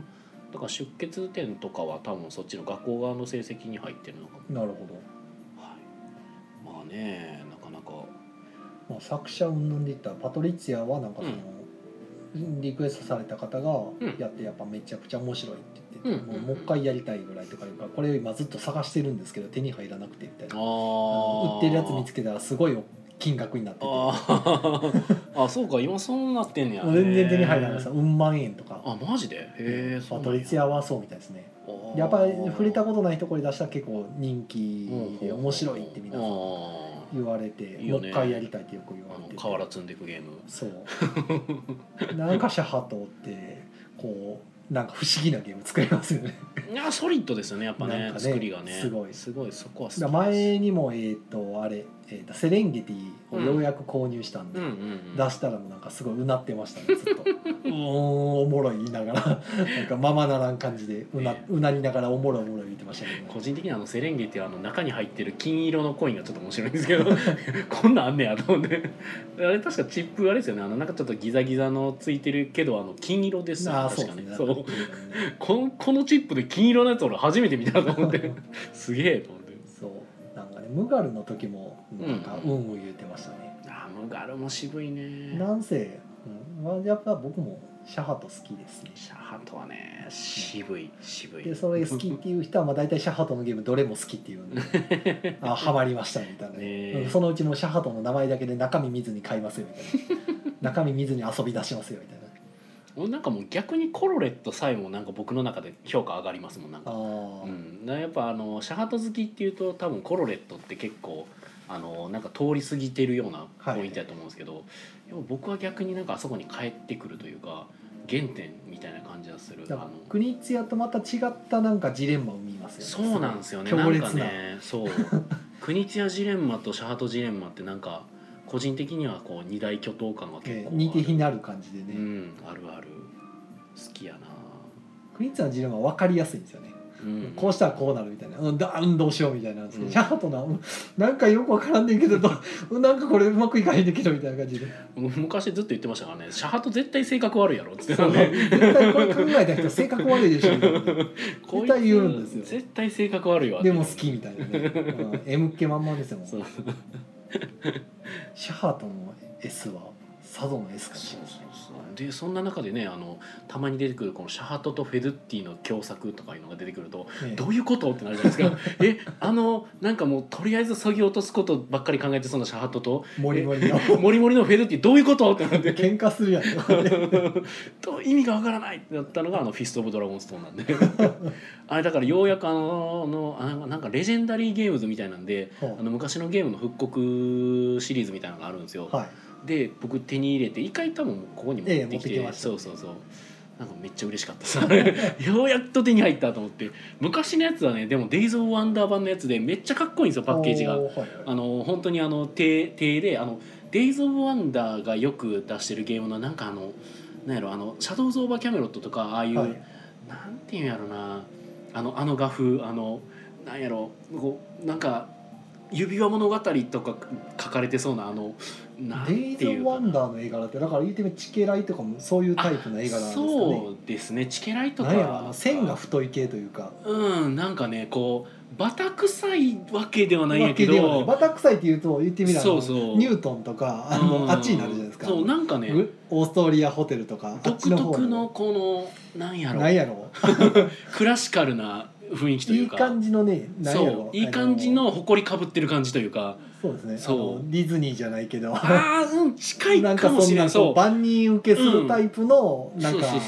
A: だから出欠点とかは多分そっちの学校側の成績に入ってるのかも、
B: なるほど、
A: はい、まあねなかなか
B: まあ、作者云々で言ったらパトリツィアはなんかその、リクエストされた方が
A: うん
B: やってやっぱめちゃくちゃ面白いって言ってて、
A: うん
B: もうもう一回やりたいぐらいとか言うからこれ今ずっと探してるんですけど手に入らなくてみたい
A: あ
B: なあ
A: ー
B: の売ってるやつ見つけたらすごい金額になってても
A: あーあそうか今そうなってんねや
B: う全然手に入らないですうん万円とか
A: あマジでへえ
B: パトリツィアはそうみたいですね
A: ア
B: やっぱり触れたことないところに出したら結構人気で面白いって皆さん言われて
A: いいよ
B: もう
A: ね
B: 一回やりたいってよく言わ
A: あ
B: れ
A: の
B: てて
A: 瓦積んでいくゲーム
B: そう なんかシャハトってこうなんか不思議なゲーム作れますよ ね
A: いやソリッドですよねやっぱね
B: なんかね
A: 作りがね
B: すごい
A: すごいそこは好きです
B: 前にもえっ、とあれ、えーとセレンゲティをようやく購入したんで、
A: うんうんうん
B: 出したらもうなんかすごいうなってましたねずっとうーん おもろい言いながらなんかままならん感じでうな,、
A: ね
B: うなりながらおもろいおもろい言ってましたけど、
A: 個人的にはあのセレンゲっていうあの中に入ってる金色のコインがちょっと面白いんですけど こんなんあんねやと思ってあれ確かチップあれですよねあのなんかちょっとギザギザのついてるけどあの金色ですよね
B: ああそ
A: 確
B: うで
A: か
B: す
A: ね
B: ね
A: そ
B: なんか
A: うこのこのチップで金色のやつ俺初めて見たと思って すげえと思って
B: そうなんかねムガルの時もなんか
A: う
B: うんうん言ってましたね、
A: あームガルも渋いね
B: なんせ、うんまあ、やっぱ僕もシャハト好きですね
A: シャハトはね渋い渋い
B: で それ好きっていう人はまあ大体シャハトのゲームどれも好きっていうんであハマりましたみたいな、
A: ねえ
B: うんそのうちもうシャハトの名前だけで中身見ずに買いますよみたい な中身見ずに遊び出しますよみたいな
A: 俺なんかもう逆にコロレットさえもなんか僕の中で評価上がりますもんなん
B: あ
A: か、
B: ー、
A: うん、なやっぱあのシャハト好きっていうと多分コロレットって結構あのなんか通り過ぎてるような
B: はい
A: ポイントやと思うんですけど、でも僕は逆になんかあそこに帰ってくるというか原点みたいな感じがするあ
B: だから
A: の
B: 国津屋とまた違ったなんかジレンマを見ますよね
A: そうなんですよね
B: 強
A: なん
B: 烈な
A: かねそう国津屋ジレンマとシャハトジレンマってなんか個人的にはこう二大巨頭感が結
B: え
A: 構
B: ー似て非
A: ね
B: なる感じでね、
A: うんあるある好きやな、
B: クイーンズのジレンマは分かりやすいんですよね、
A: うん、
B: こうしたらこうなるみたいな、うん、だ運動しようみたいなんですけど、
A: うん
B: ヤートなうんなんかよく分からんねんけどどうなんかこれうまくいかへんねんけどみたいな感じ で
A: 昔ずっと言ってましたからねシャハト絶対性格悪いやろっつって
B: そう
A: ね
B: 絶対これ考えた人性格悪いでしょみたい なね
A: こいつ
B: 絶対言うんですよ
A: 絶対性格悪いわ
B: でも好きみたいなね、うん、M っ気満々ですよもう
A: そうそう
B: シャハートの S は佐渡の S か
A: そう
B: も
A: そうでそんな中でねあのたまに出てくるこのシャハトとフェルッティの共作とかいうのが出てくると
B: ね
A: どういうことってなるじゃないです かえあのなんかもうとりあえず削ぎ落とすことばっかり考えてそうなシャハトと
B: モリモリの
A: モリモリのフェルッティどういうことってなって
B: 喧嘩 するやん
A: と意味がわからないってなったのがあのフィスト・オブ・ドラゴンストーンなん であれだからようやくあののあのなんかレジェンダリーゲームズみたいなんで
B: ほう
A: あの昔のゲームの復刻シリーズみたいなのがあるんですよ、
B: はい
A: で僕手に入れて一回多分ここに持ってきて,、
B: ええ持ってきました
A: そうそうそうなんかめっちゃ嬉しかったさ ようやっと手に入ったと思って昔のやつはねでも「デイズ・オブ・ワンダー版」のやつでめっちゃかっこいいんですよパッケージが
B: おーはい
A: あの本当にあの手手であのデイズ・オブ・ワンダーがよく出してるゲームのなんかあのなんやろあのシャドウズ・オーバー・キャメロットとかああいう、
B: はい
A: なんていうんやろなあのあの画風あのなんやろこうなんか指輪物語とか書かれてそうなあのなんて
B: デイズ・
A: いう
B: ワ
A: か
B: ン
A: な
B: ダーの絵柄ってだから言うてみればチケライとかもそういうタイプの絵柄なんですか
A: そ
B: ね
A: うですねチケライとか
B: なんやろあの線が太い系というか
A: うんなんかねこうバタ臭いわけではないん
B: わ
A: やけ
B: けではない
A: ど
B: バタ臭いっていうと言ってみればあ
A: そ
B: の
A: うそう
B: ニュートンとかあ
A: うん
B: のあっちになるじゃないですか
A: そうなんかね
B: グオーストリアホテルとかあっち
A: 独
B: の方
A: 特のこのなんやろ
B: なんやろ
A: クラシカルな雰囲気とい
B: いうい
A: か
B: 感じのねなんやろ
A: そういい感じの埃かぶってる感じというか
B: あのそうですねあ
A: そう
B: のディズニーじゃないけど
A: ああーうん近い
B: なん
A: か
B: か
A: も
B: そ
A: し
B: ん
A: れな
B: ないこ
A: そうう
B: 万人受けするタイプのなん
A: そう
B: か
A: そう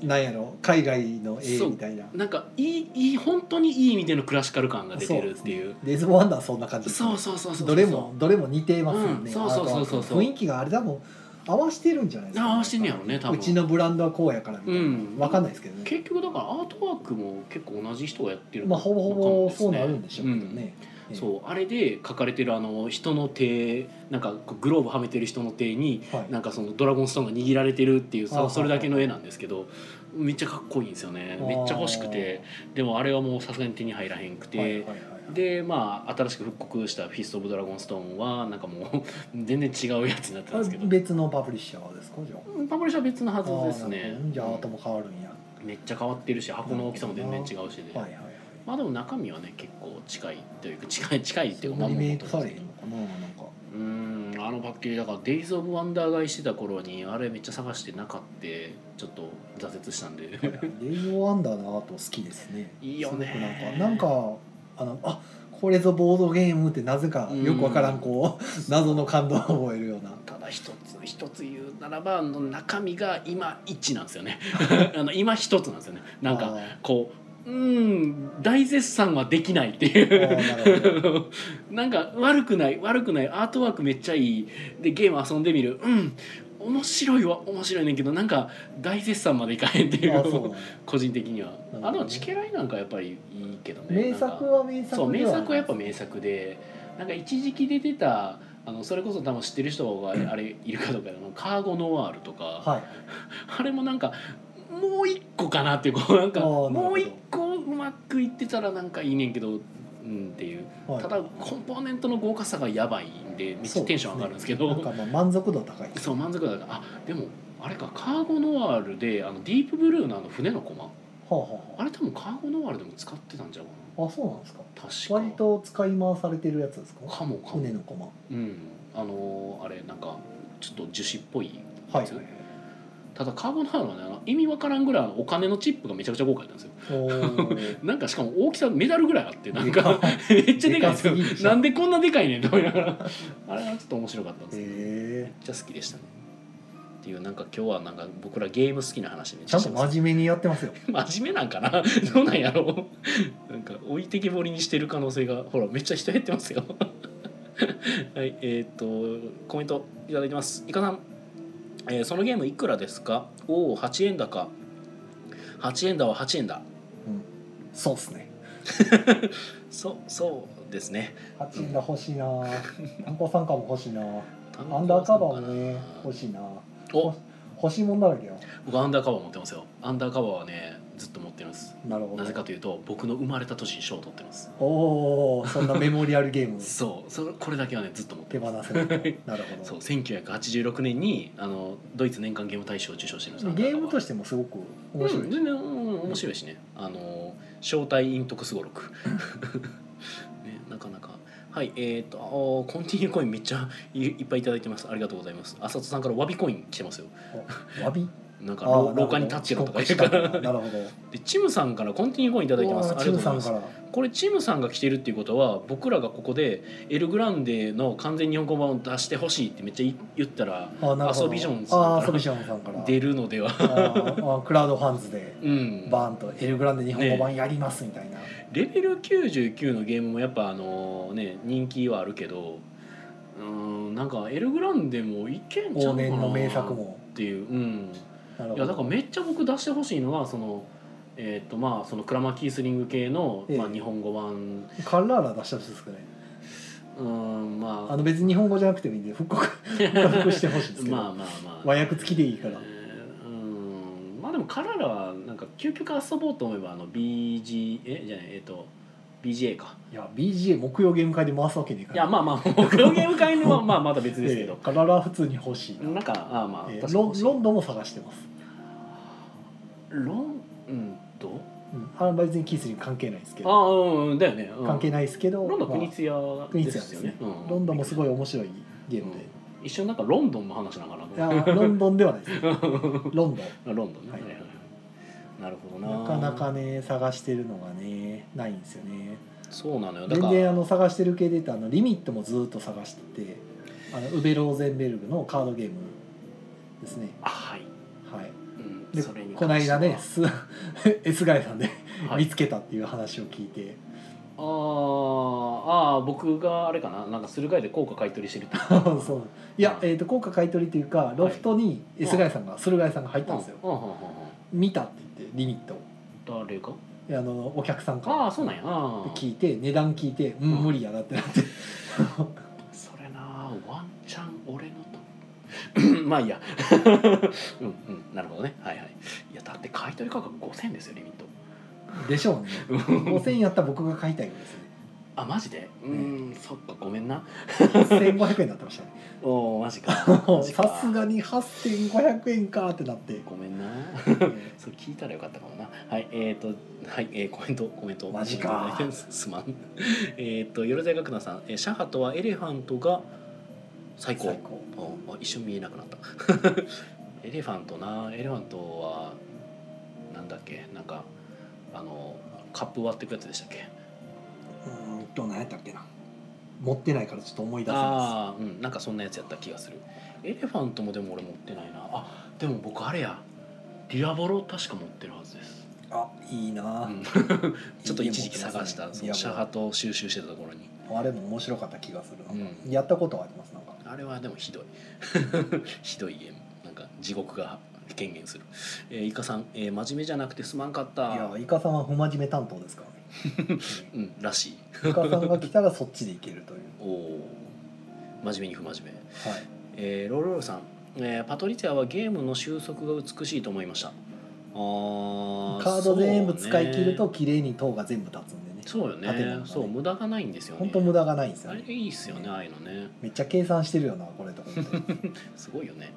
A: そ
B: なんやろ海外の絵みたいな
A: うなんかいいいい本当にいい意味でのクラシカル感が出てるっていう
B: レズボワンダーはそんな感じです
A: そうそうそうそうそう
B: どれもどれも似ていますよ
A: うん
B: ね
A: そうそうそうそうそう
B: あと雰囲気があれだもん合わしてるんじゃないですか
A: 合わしてんねやろね多分
B: うちのブランドはこうやからみたいな、
A: うん
B: わかんないですけどね
A: 結局だからアートワークも結構同じ人がやってる
B: まあほぼ
A: のかも
B: ほぼ
A: ですね
B: そうなるんでしょうけど
A: うん
B: ね、ええ
A: そうあれで描かれてるあの人の手なんかこうグローブはめてる人の手に
B: はい
A: なんかそのドラゴンストーンが握られてるっていう
B: あ
A: そ
B: あ
A: それだけの絵なんですけどめっちゃかっこいいんですよねめっちゃ欲しくてでもあれはもうさすがに手に入らへんくて、
B: はいはいはいはい
A: でまあ新しく復刻した「フィスト・オブ・ドラゴンストーン」はなんかもう 全然違うやつになってたんですけど
B: あ別のパブリッシャーですかじゃあ
A: パブリッシャーは別のはずです
B: あーな
A: ね
B: るほどじゃあアートも変わるんや、
A: めっちゃ変わってるし箱の大きさも全然違うしで、
B: はいはいはい
A: まあでも中身はね結構近いというか近い近いっていうかまあ
B: リメイク
A: も
B: さ
A: う
B: れへんのかななんか
A: うーんあのパッケージだから「デイズ・オブ・ワンダー」買いしてた頃にあれめっちゃ探してなかってちょっと挫折したんで
B: レイオワンダーのアート好きですね
A: いいよね
B: すごくなんかなんかあのあこれぞボードゲームってなぜかよくわからんこう、 謎の感動を覚えるような
A: ただ一つ一つ言うならばあの中身が今一致なんですよね あの今一つなんですよねなん
B: あ
A: か
B: ー
A: こううーん大絶賛はできないってい
B: あ
A: う
B: ーなるほど
A: なんか悪くない悪くないアートワークめっちゃいいでゲーム遊んでみるうん面白いは面白いねんけどなんか大絶賛までいかへんってい
B: あーそうなん
A: う
B: や
A: 個人的には、
B: ほどね
A: あでもチケライなんかやっぱりいいけどね
B: 名
A: なん
B: 作
A: か
B: は名作
A: そう名
B: で
A: 作はやっぱ
B: ない
A: 名作でなんか一時期出てたあのそれこそ多分知ってる人があれいるかどうかあのカーゴノワールとか、
B: はい
A: あれもなんかもう一個かなっていうこうなんか
B: あーなるほど
A: もう一個うまくいってたらなんかいいねんけどうんっていう
B: はい
A: ただコンポーネントの豪華さがやばいんでめっちゃテンション上がるんですけど
B: そうねなんかまあ満足度高い
A: そう満足だからあでもあれかカーゴノワールであのディープブルーのあの船の駒
B: はあ、はあ
A: あれ多分カーゴノワールでも使ってたんじゃうか
B: はあ、あそうなんですか
A: な確か
B: 割と使い回されてるやつですか
A: かもかも
B: 船の駒は
A: うんあのーあれなんかちょっと樹脂っぽい
B: い
A: やつ、ただカーゴノワールはねあの意味わからんぐらいあのお金のチップがめちゃくちゃ豪華やったんですよ
B: おー
A: なんかしかも大きさメダルぐらいあって なん
B: で
A: か
B: か
A: めっちゃでかいんですよ
B: でかすぎるじゃん
A: なんでこんなでかいねんと思いながらあれはちょっと面白かったんですけどめっ
B: へえ
A: ちゃ好きでしたねっていうなんか今日はなんか僕らゲーム好きな話めっ
B: ちゃんと
A: ます
B: 真面目にやってますよ
A: 真面目なんかなどうなんやろうなんか置いてきぼりにしてる可能性がほらめっちゃ人減ってますよ はいえっ、とコメントいただきますいかさん、えーそのゲームいくらですかおお8円高8円だは8円だ
B: そうっすね
A: そうそうですね
B: 八人が欲しいな担当参加も欲しいなア
A: ア
B: ンダーカバーもね欲しいな
A: お
B: 欲しいもんだらけよ
A: 僕アンダーカバー持ってますよアンダーカバーはねずっと持ってるんです
B: なるほ
A: なぜ
B: ど
A: かというと僕の生まれた年に賞を取ってます
B: おおそんなメモリアルゲー ム
A: そうそれこれだけはねずっと持って
B: 手
A: ま
B: 放
A: す
B: せないなるほ
A: そう
B: ど
A: 1986年にあのドイツ年間ゲーム大賞を受賞してるんです
B: ゲームと
A: して
B: してもすごく面白い、
A: うん、全然うん面白いしねあの招待陰徳すごろく ねなかなかはいえっ、とあーコンティニューコインめっちゃいいっぱいいただいてますありがとうございます浅戸さんからわびコイン来てますよ
B: おわび
A: なんか
B: あー
A: 廊廊下に立ってるとか言う
B: な
A: か
B: るほど
A: ら
B: なるほどい
A: でチムさんからコンティニューコインいただいてますあり
B: チ
A: がとう
B: ム
A: ござ
B: さ
A: い
B: ん
A: ます
B: から
A: これチムさんが来てるっていうことは僕らがここでエルグランデの完全日本語版を出してほしいってめっちゃ言ったら
B: あなるほど
A: 遊びジョンさんから
B: あ遊びジョンさんから
A: 出るのでは
B: あーあクラウドファンズで
A: うん
B: バーンとエルグランデ日本語版やりますみたいな、
A: レベル99のゲームもやっぱあのね人気はあるけどうーんなんかエルグランデもいけんちゃ
B: 往
A: うか
B: 年
A: な
B: の名作も
A: っていううん
B: なるほ
A: い
B: ど
A: やだからめっちゃ僕出してほしいのはそのえーっとまあそのクラマキースリング系の、
B: ええ
A: まあ、日本語版
B: カンラーラ出したんですかね
A: うーんまあ
B: あの別に日本語じゃなくてもいいん で復刻復刻してほしいんですけど、
A: まあまあまあ
B: 和訳付きでいいから、
A: えーうんまあでもカララはなんか究極遊ぼうと思えばあの BG えじゃないえっ、と BGA か
B: いや BGA 木曜ゲーム会で回すわけねえか
A: い
B: ら
A: やまあまあ木曜ゲーム会の はまあまだ別ですけ
B: え
A: ど
B: え、カララは普通に欲しいな、
A: なんかあーまあ
B: ええ
A: 確かに
B: ロ
A: 欲
B: ン
A: しい
B: ロンドンも探してます、
A: ロンうんと
B: うん、あ別にキースに関係ないですけ
A: あ
B: ど
A: あうんうんだよね、うん、
B: 関係ないですけど
A: ロンドン
B: まあ
A: 国津屋
B: 国
A: で
B: 津屋ですす
A: よ
B: ね
A: ね、うん
B: ロンドンもすごい面白いゲームで、
A: 一緒になんかロンドンの話ながら
B: いやロンドンではないです
A: ロン
B: ロンド
A: ド
B: ン
A: ンね、はい
B: はい
A: はいはいなるほどな
B: なかなかね探してるのがねないんですよね
A: そうなのよだか
B: 全
A: ら
B: 然あの探してる系で言うとあのリミットもずっと探しててあのウベ・ローゼンベルグのカードゲームですね
A: あはい、
B: はい
A: うん、
B: で
A: それに
B: この間ね
A: 関し
B: す S ガイさんで
A: てははい
B: 見つけたっていう話を聞いて、
A: あーあー僕があれかななんか駿河屋で効果買い取りしてるって言った
B: い、そういや、えー、と効果買い取りというかロフトに S ガイさんが、駿河屋さんが入ったんですよ、
A: うんうんうんうん
B: 見たって言ってリミットを
A: 誰が
B: であのお客さんから
A: ああそうなんやあー
B: 聞いて値段聞いて、うん、
A: うん
B: 無理やなってな って
A: それなワンチャン俺のと まあいいや うんうんなるほどねはいはいいやだって買い取り価格5000ですよリミット
B: でしょうね5000円やったら僕が買いたいぐらいですね
A: あマジでうーんそっかごめんな
B: 8500円だってましたね
A: おおマジか マジか
B: さすがに8500円かってなって、
A: ごめんな
B: え
A: それ聞いたらよかったかもなはいえっ、とはい、えーコメントコメント
B: マジか
A: コメントいただいて ますすまんえっとよろずや学なさん、えーシャハとはエレファントが 最
B: ー
A: 高
B: 最高
A: ああ一瞬見えなくなった エレファントなエレファントはなんだっけなんかあのカップ割ってくやつでしたっけ
B: うーんと何やったっけな持ってないからちょっと思い出せま
A: ああうんなんかそんなやつやった気がするエレファントもでも俺持ってないなあでも僕あれやディアボロ確か持ってるはずです、
B: すあいいな、
A: うんちょっと一時期探したそのシャハトを収集してたところに
B: あれも面白かった気がするな、
A: うん
B: やったことはありますなんか
A: あれはでもひどい ひどいゲームなんか地獄が権限する、えー、イカさん、えー真面目じゃなくてすまんかっ
B: いや
A: た
B: イカさんは不真面目担当ですからね う
A: うんらしい
B: んイカさんが来たらそっちでいけるという
A: おお真面目に不真面目、
B: はい
A: えー、ロールロールさん、えーパトリツィアはゲームの収束が美しいと思いましたあー
B: カード全部使い切る
A: そう
B: と綺麗に塔が全部立つんでね
A: そうよね
B: 縦なのがね
A: そう無駄がないんですよね
B: 本当無駄がないんですよ
A: あれ
B: ね
A: いいっすよねああいうのね
B: めっちゃ計算してるよなこれとか思って
A: すごいよね、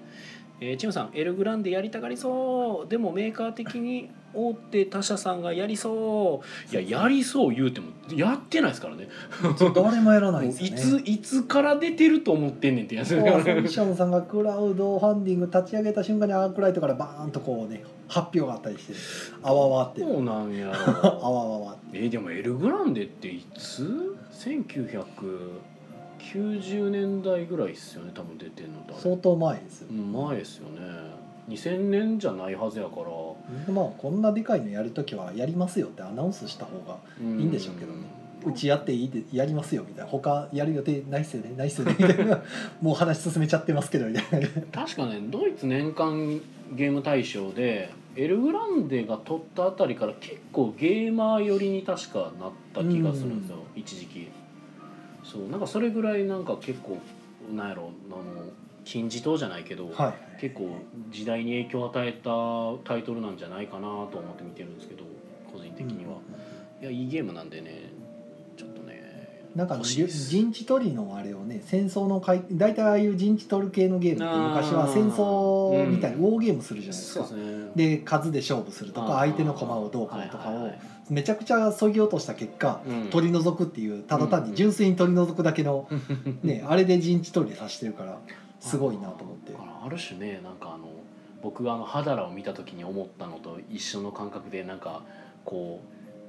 A: えーチムさんエルグランデやりたがりそうでもメーカー的に大手他社さんがやりそういややりそう言うてもやってないですからね
B: 誰もやらない
A: も
B: ん
A: う
B: です
A: い
B: よね
A: ついつから出てると思ってんねんってやつ
B: そうアサンションさんがクラウドファンディング立ち上げた瞬間にアークライトからバーンとこうね発表があったりしてあわわって
A: そうなんや
B: あ
A: ろ
B: わわわって
A: えーでもエルグランデっていつ ?1990 年代ぐらいっすよね多分出てんのってあれ
B: 相当前ですよ
A: う、ん前っすよね2000年じゃないはずやから
B: まあこんなでかいのやるときはやりますよってアナウンスした方が
A: うん
B: いいんでしょうけどねうちやっていいでやりますよみたいな他やる予定ないっすよねないっすよねみたいなもう話進めちゃってますけどみたいな
A: 確かねドイツ年間ゲーム大賞でエルグランデが取ったあたりから結構ゲーマー寄りに確かなった気がするんですよ一時期そうなんかそれぐらいなんか結構なんやろあの金字塔じゃないけど、
B: はい
A: 結構時代に影響を与えたタイトルなんじゃないかなと思って見てるんですけど個人的には、いやいいゲームなんでねちょっとね
B: なんかあの
A: 欲しいです
B: 陣地取りのあれをね戦争のかい大体ああいう陣地取る系のゲームって昔は戦争みたいに
A: う
B: ウォーゲームするじゃないです
A: そ
B: か
A: うですね
B: で数で勝負するとか相手の駒をどうこうとか
A: はいはい
B: を
A: はい
B: めちゃくちゃ削ぎ落とした結果
A: うん
B: 取り除くっていうただ単に純粋に取り除くだけの、ね、あれで陣地取りさせてるからすごいなと思って
A: だからある種ねなんかあの僕があのハダラを見た時に思ったのと一緒の感覚でなんかこ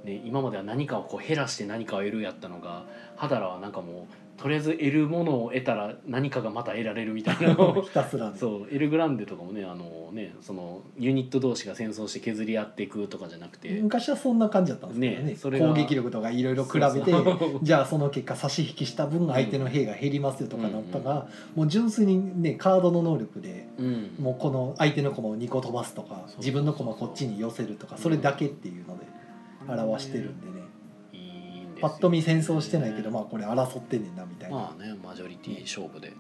A: う、ね、今までは何かをこう減らして何かを得るやったのがハダラはなんかもうとりあえず得るものを得たら何かがまた得られるみたいな
B: ひたすらね
A: そうエルグランデとかもねあのねそのユニット同士が戦争して削り合っていくとかじゃなくて、
B: 昔はそんな感じだったんですけどね
A: ねそれが
B: 攻撃力とかいろいろ比べて
A: そうそう
B: じゃあその結果差し引きした分相手の兵が減りますよとかなった
A: うん
B: が、もう純粋にねカードの能力で
A: うん
B: もうこの相手の駒を2個飛ばすとか
A: そう
B: 自分の駒こっちに寄せるとかそれだけっていうので表してるんでね
A: いいんです
B: パ
A: よ
B: ッと見戦争してないけどまあこれ争ってんねんなみたいな
A: まあねマジョリティ勝負で、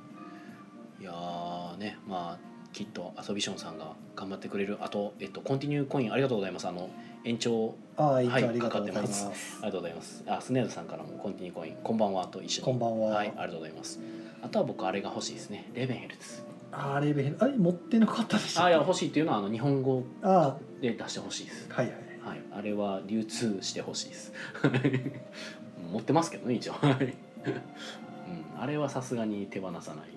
A: いやーねまあきっとアソビションさんが頑張ってくれるあと、えっと、コンティニューコインありがとうございますあの延長
B: ああ一応
A: はい
B: ありがとうございま
A: か
B: す
A: かありがとうございますあスネードさんからもコンティニューコインこんばんはと一緒に
B: こんばんは
A: はいありがとうございますあとは僕あれが欲しいですねレーベンヘル ツ
B: あれあれ持ってなかったでしょ
A: あいや欲しいっていうのはあの日本語
B: ああ
A: で出してほしいです
B: はいはい
A: はいあれは流通してほしいです 持ってますけどね一応はいうんあれはさすがに手放さない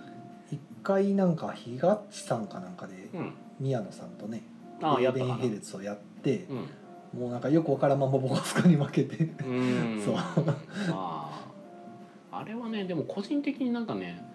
B: 一回なんかひがっちさんかなんかで
A: うん
B: 宮野さんとね
A: ああ
B: エ
A: や
B: ー
A: った
B: ベ
A: か
B: ン
A: な
B: ヘルツをやって
A: うん
B: もうなんかよくわからんままボコスカに負けて
A: うん
B: そう
A: まああれはねでも個人的になんかね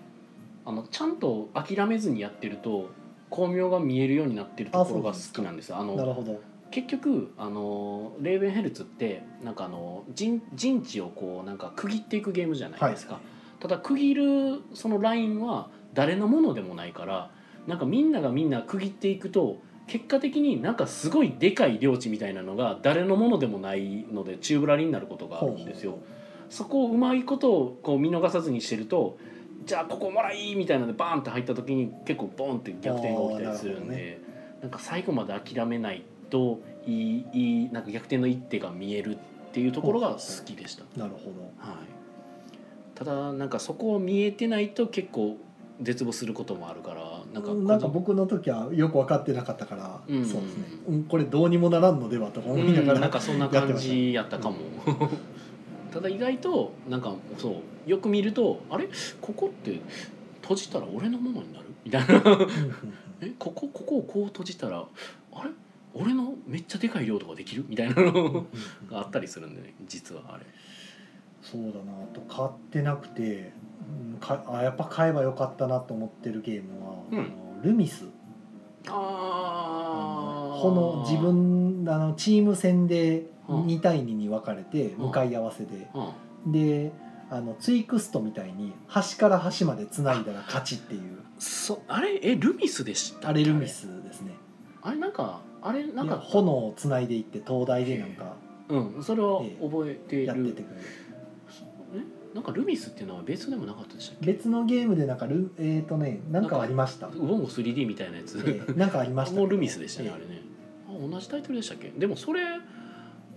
A: あのちゃんと諦めずにやってると巧妙が見えるようになってるところが好きなんですよあ
B: なる
A: の
B: ほど
A: 結局あのレーベンヘルツってなんかあの陣陣地をこうなんか区切っていくゲームじゃないですか、
B: はい
A: ただ区切るそのラインは誰のものでもないからなんかみんながみんな区切っていくと結果的になんかすごいでかい領地みたいなのが誰のものでもないので宙ぶらりになることがあるんですよ
B: ほう。
A: そこをうまいことをこう見逃さずにしてるとじゃあここもらいみたいなのでバーンって入った時に結構ボンって逆転が起きたりするんで
B: あーなるほど
A: なんか最後まで諦めないといいいいなんか逆転の一手が見えるっていうところが好きでした。
B: なるほど
A: はい、ただなんかそこを見えてないと結構絶望することもあるからなんか
B: なんか僕の時はよく分かってなかったから、
A: うん
B: そうですね、うん、これどうにもならんのではとか
A: う
B: 思い
A: ん
B: ながら、
A: なんかそんな感じやったかも、 ただ意外となんかそうよく見るとあれここって閉じたら俺のものになるみたいな
B: うんうんうん
A: えここここをこう閉じたらあれ俺のめっちゃでかい量とかできるみたいな のがあったりするんでね実はあれ
B: そうだなあと買ってなくて、うん、かあやっぱ買えばよかったなと思ってるゲームは、
A: うん
B: あのルミスあ
A: あ
B: の
A: あ
B: この自分あのチーム戦で
A: うん
B: 2対2に分かれて
A: うん
B: 向かい合わせで、
A: うん
B: であのツイクストみたいに端から端までつないだら勝ちっていう
A: そあれえルミスでしたっけ
B: あれルミスですね
A: あれなんかあれなん
B: いや
A: か
B: 炎をつないでいって灯台でなんか
A: うんそれは
B: ええ
A: 覚えてる
B: やっててくれる
A: えなんかルミスっていうのは別でもなかったでしたっけ
B: 別のゲームでなんかルえっ、とねなんかありました
A: ウォンゴ 3D みたいなやつ、
B: ええなんかありましたけど
A: もうルミスでしたね、
B: え
A: あれねあ同じタイトルでしたっけでもそれ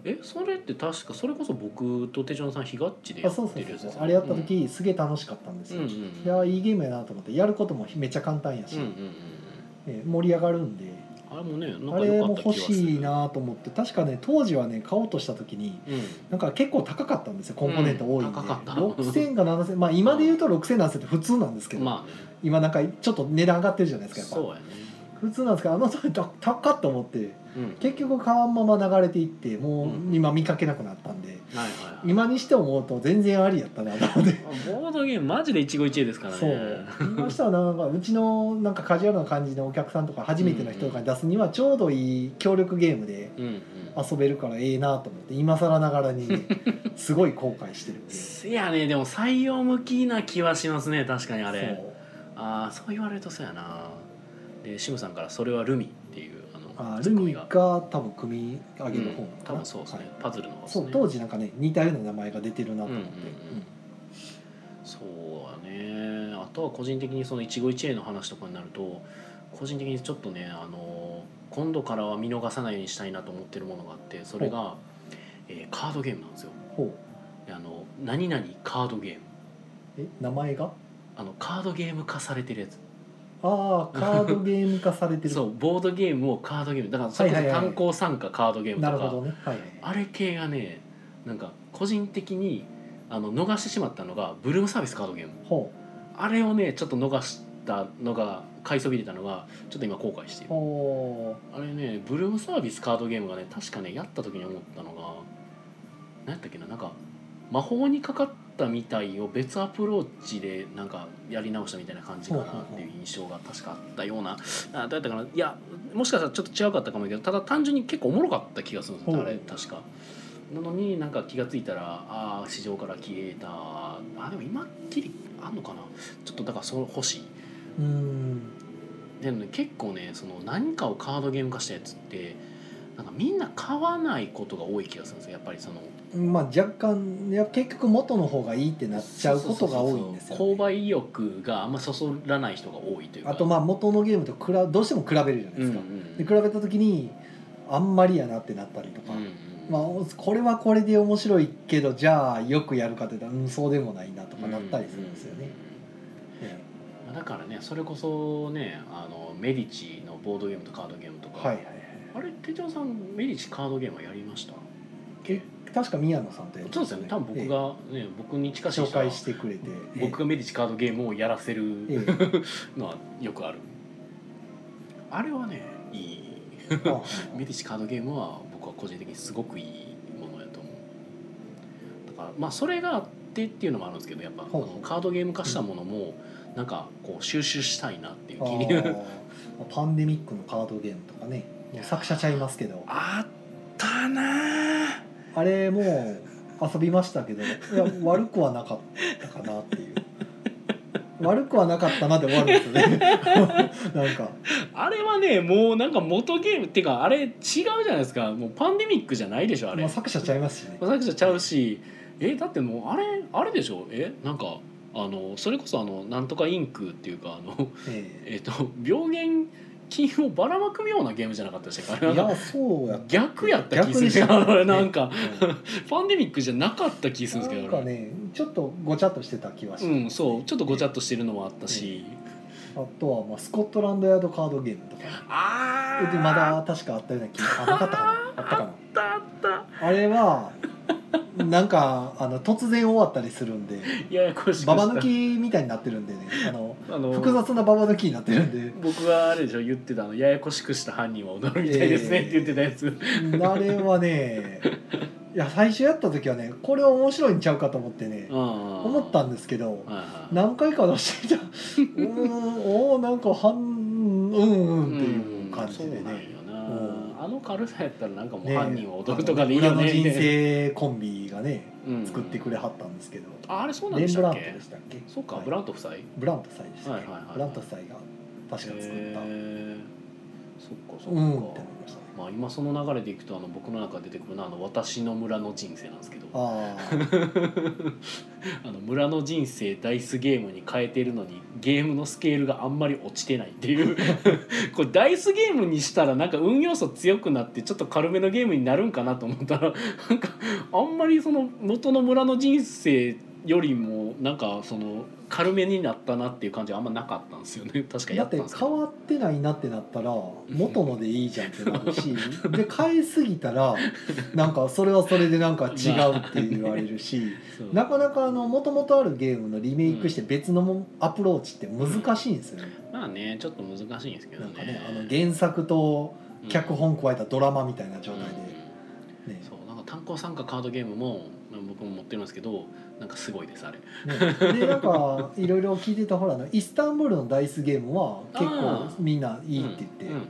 A: えそれって確かそれこそ僕と手順さんひがっちで
B: え
A: や
B: あそう
A: っ
B: そ
A: て
B: う
A: るやつ
B: そ
A: で
B: う
A: す
B: あれやった時、すげえ楽しかったんです
A: うんうん
B: よ、
A: うん
B: いやいいゲームやなと思ってやることもめっちゃ簡単やし、
A: うんうんうん
B: え盛り上がるんで
A: うんあれもねなん
B: あ
A: か
B: れ
A: 良かっ
B: も
A: た気が
B: 欲
A: する
B: しいなと思って確かね当時はね買おうとした時に
A: うん
B: なんか結構高かったんですよコンポーネント多いんで、
A: うん高かった
B: 6000か7000まあ今で言うと6000なんて普通なんですけど、
A: まあね
B: 今なんかちょっと値段上がってるじゃないですかやっ
A: そうや
B: ぱ
A: ね
B: 普通なんですけどあの時高高っと思って
A: うん
B: 結局買わんまま流れていっても
A: うん
B: う今見かけなくなったんで、
A: はいはいはい
B: 今にして思うと全然ありやったなと思って
A: ボードゲームマジで一期一会ですからね
B: そう今したらなんかうちのなんかカジュアルな感じのお客さんとか初めての人とかに出すにはちょうどいい協力ゲームで
A: うんうん
B: 遊べるからええなと思って今更ながらにね すごい後悔してるんで
A: いやねでも採用向きな気はしますね確かにあれ
B: そう
A: ああそう言われるとそうやなでシムさんから「それはルミ」っていうあの
B: あ
A: ツ
B: ル
A: ッコ
B: ミ
A: ミ
B: が
A: が
B: 多分組み上げる
A: う
B: 方なんのかな
A: 多分そうですね、
B: はい
A: パズルの方です
B: そ
A: ね
B: う当時なんかね似たような名前が出てるなと
A: うんうんう
B: 思っ
A: ん
B: て、
A: とは個人的にその一期一会の話とかになると個人的にちょっとねあの今度からは見逃さないようにしたいなと思ってるものがあってそれが、えーカードゲームなんですよ。
B: ほ
A: であの何々カードゲーム
B: うえ名前が
A: あのカードゲーム化されてるやつ
B: ああカードゲーム化され てる
A: そうボードゲームをカードゲームだからそれこそ
B: はいはいはい
A: 炭鉱参加カードゲーム
B: な
A: と
B: る
A: か、
B: ほどねはい
A: あれ系がねなんか個人的にあの逃してしまったのがブルームサービスカードゲーム
B: ほ
A: あれをねちょっと逃したのが買いそびれたのがちょっと今後悔していうる
B: ほ
A: あれねブルームサービスカードゲームがね確かねやった時に思ったのが何やったっけななんか魔法にかかったみたいを別アプローチでなんかやり直したみたいな感じかなっていう印象が確かあったようなあどうやったかないやもしかしたらちょっと違うかったかもだけどただ単純に結構おもろかった気がするんですよ
B: ほう
A: あれ確か。なのになんか気がついたらああ市場から消えたあでも今っきりあんのかなちょっとだからその欲しいう
B: うーん
A: でもね結構ねその何かをカードゲーム化したやつってなんかみんな買わないことが多い気がするんですよやっぱりその
B: まあ若干いや結局元の方がいいってなっちゃうことが多いんです
A: そ
B: よ、
A: うそうそうそう購
B: ね、
A: 買意欲があんまそそらない人が多いというか
B: あとまあ元のゲームと比べどうしても比べるじゃない
A: うん
B: で
A: う
B: す
A: ん
B: か、で比べた時にあんまりやなってなったりとか、まあ、これはこれで面白いけどじゃあよくやるかというとうんそうでもないなとかなったりするんですよね。え
A: うんだからねそれこそねあのメディチのボードゲームとカードゲームと
B: え
A: か、
B: はいはいはい
A: あれ手帳さんメディチカードゲームはやりました
B: え確か宮野さんとや
A: そうですよね多分僕がね、僕に近
B: ええ
A: しい
B: 紹
A: 人は
B: 介してくれて
A: 僕がメディチカードゲームをやらせる、
B: えええ
A: のはよくあるあれはねいい
B: えああ
A: メディチカードゲームは僕は個人的にすごくいいものやと思うだからまあそれがあってっていうのもあるんですけどやっぱ
B: ほうほう
A: あのカードゲーム化したものもなんかこう収集したいなっていう
B: あ
A: 気に
B: あパンデミックのカードゲームとかね作者ちゃいますけど
A: あったなあ
B: あれもう遊びましたけどいや悪くはなかったかなっていう悪くはなかったなで終わるんですよね なんか
A: あれはねもうなんか元ゲームっていうかあれ違うじゃないですかもうパンデミックじゃないでしょあれ
B: まあ、作者ちゃいますしね
A: 作者ちゃうしえだってもうあれあれでしょえなんかあのそれこそあのなんとかインクっていうかあの
B: え
A: えっと病原菌をばらまくようなゲームじゃなかったでしたっけ
B: え
A: あれ
B: い
A: なんか
B: やそうやった
A: 逆やった気するんですよ
B: 逆でし た
A: あれなんか、
B: うん
A: パンデミックじゃなかった気するんですけ
B: なん
A: どあ
B: か
A: れ
B: ねちょっとごちゃっとしてた気はして、
A: うんそうちょっとごちゃっとしてるのもあったし、
B: あとはまあスコットランドヤードカードゲームとか
A: あ
B: で
A: ー
B: まだ確かあったような気があなかったかなあったか
A: あったあった
B: なあれはなんかあの突然終わったりするんで
A: ややこしくした
B: ババ抜きみたいになってるんでねあの
A: あの
B: 複雑なババ抜きになってるんで
A: 僕があれでしょ言ってたあのややこしくした犯人は驚みたいですねって言ってたやつ、
B: あれはねいや最初やった時はねこれは面白いんちゃうかと思ってね 思
A: 思
B: ったんですけ
A: は
B: ど
A: いはい
B: 何回か出してみたうーんおーなんかはんうんうんっていう感じでね
A: そうなんよな
B: う
A: あの軽さやったらなんかもう
B: ね
A: 犯人を踊るとかでいいよ
B: あの
A: ね
B: 裏
A: み
B: の
A: た
B: 人
A: いな
B: 生コンビがね
A: うん
B: 作ってくれはったんですけど、
A: ああれそうなん
B: レ
A: でし
B: ンブ
A: た
B: ラ
A: っ
B: ントで
A: け
B: したっけ
A: そうか
B: はい
A: ブラント夫妻へ
B: ブラント夫妻でしたっ
A: はい
B: け、
A: はいはいはい
B: ブラント夫妻が確か作った、
A: えそっかそっか
B: うんって思いましたね
A: まあ今その流れでいくとあの僕の中で出てくるのはあの私の村の人生なんですけど
B: あ
A: あの村の人生ダイスゲームに変えてるのにゲームのスケールがあんまり落ちてないっていう これダイスゲームにしたらなんか運要素強くなってちょっと軽めのゲームになるんかなと思ったらなんかあんまりその元の村の人生よりもなんかその軽めになったなっていう感じはあんまなかったんです よね確か
B: あだ
A: や
B: っ
A: ったん
B: て
A: ですけ
B: 変
A: ど
B: わってないなってなったら元のでいいじゃんってな るしで変えすぎたらなんかそれはそれでなんか違うって言われ るし、
A: そう
B: なかなかあの元々あるゲームのリメイクして別のもアプローチって難しいんですよね。
A: まあねちょっと難しいんですけど
B: なん
A: ね
B: かねあの原作と脚本加えたドラマみたいな状態で、
A: うん
B: ね
A: そうなんか炭鉱参加カードゲームもまあ僕も持ってるんですけどなんかすごいですあれ
B: ね、でなんかいろいろ聞いてたほらあのイスタンブールのダイスゲームは結構
A: あー
B: みんないいって言って、
A: うんうんうん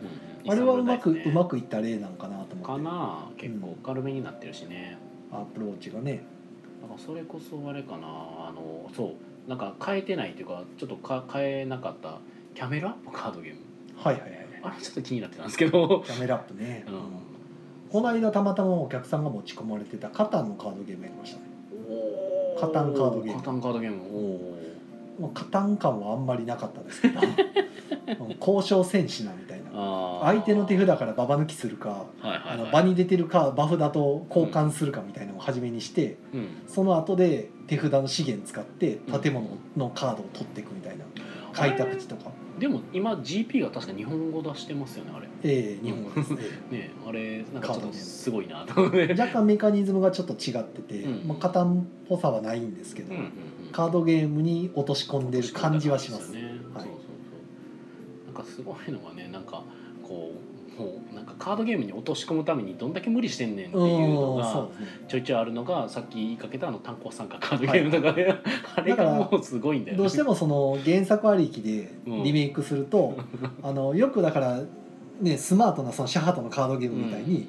B: あれはうまく、
A: いいサ
B: う
A: ンド
B: ま
A: ですね
B: くいった例なんかなと
A: か
B: 思って
A: な結構軽めになってるしね、
B: アプローチがね。
A: だからそれこそあれかなあのそうなんか変えてないというかちょっとか変えなかったキャメラカードゲーム
B: はいはいはい
A: あれちょっと気になってたんですけど、
B: キャメラップね、
A: う
B: うん
A: ん、
B: この間たまたまお客さんが持ち込まれてたカタンのカードゲームやりましたね
A: お
B: カタンカードゲーム
A: カタンカードゲームおー
B: もう加担感はあんまりなかったです けどうん交渉戦士なみたいな
A: あー
B: 相手の手札からババ抜きするか
A: はいは
B: あ
A: い、は
B: の
A: い、
B: 場に出てるかバフだと交換するかみたいなのを初めにして、
A: うん、
B: その後で手札の資源使って
A: うん
B: 建物のカードを取っていくみたいな開拓地とか、
A: でも今 GP が確か日本語出してますよねあれ
B: ええ日本語ですね
A: ねあれなんかちょっとすごいなと
B: 若干メカニズムがちょっと違ってて、
A: うん
B: まあ、加担っぽさはないんですけど、カードゲームに落とし込んでる感じはします
A: ね、
B: はい
A: そうそうそうなんかすごいのがねなんかこうもうなんかカードゲームに落とし込むためにどんだけ無理してんねんっていうの
B: ん
A: が
B: そうです
A: ちょいちょいあるのがさっき言いかけたあの炭鉱参加カードゲームとかね、 あれがもうすごいんだよね。
B: ねどうしてもその原作ありきでリメイクする と、あのよくだから、ね、スマートなそのシャハトのカードゲームみたいに、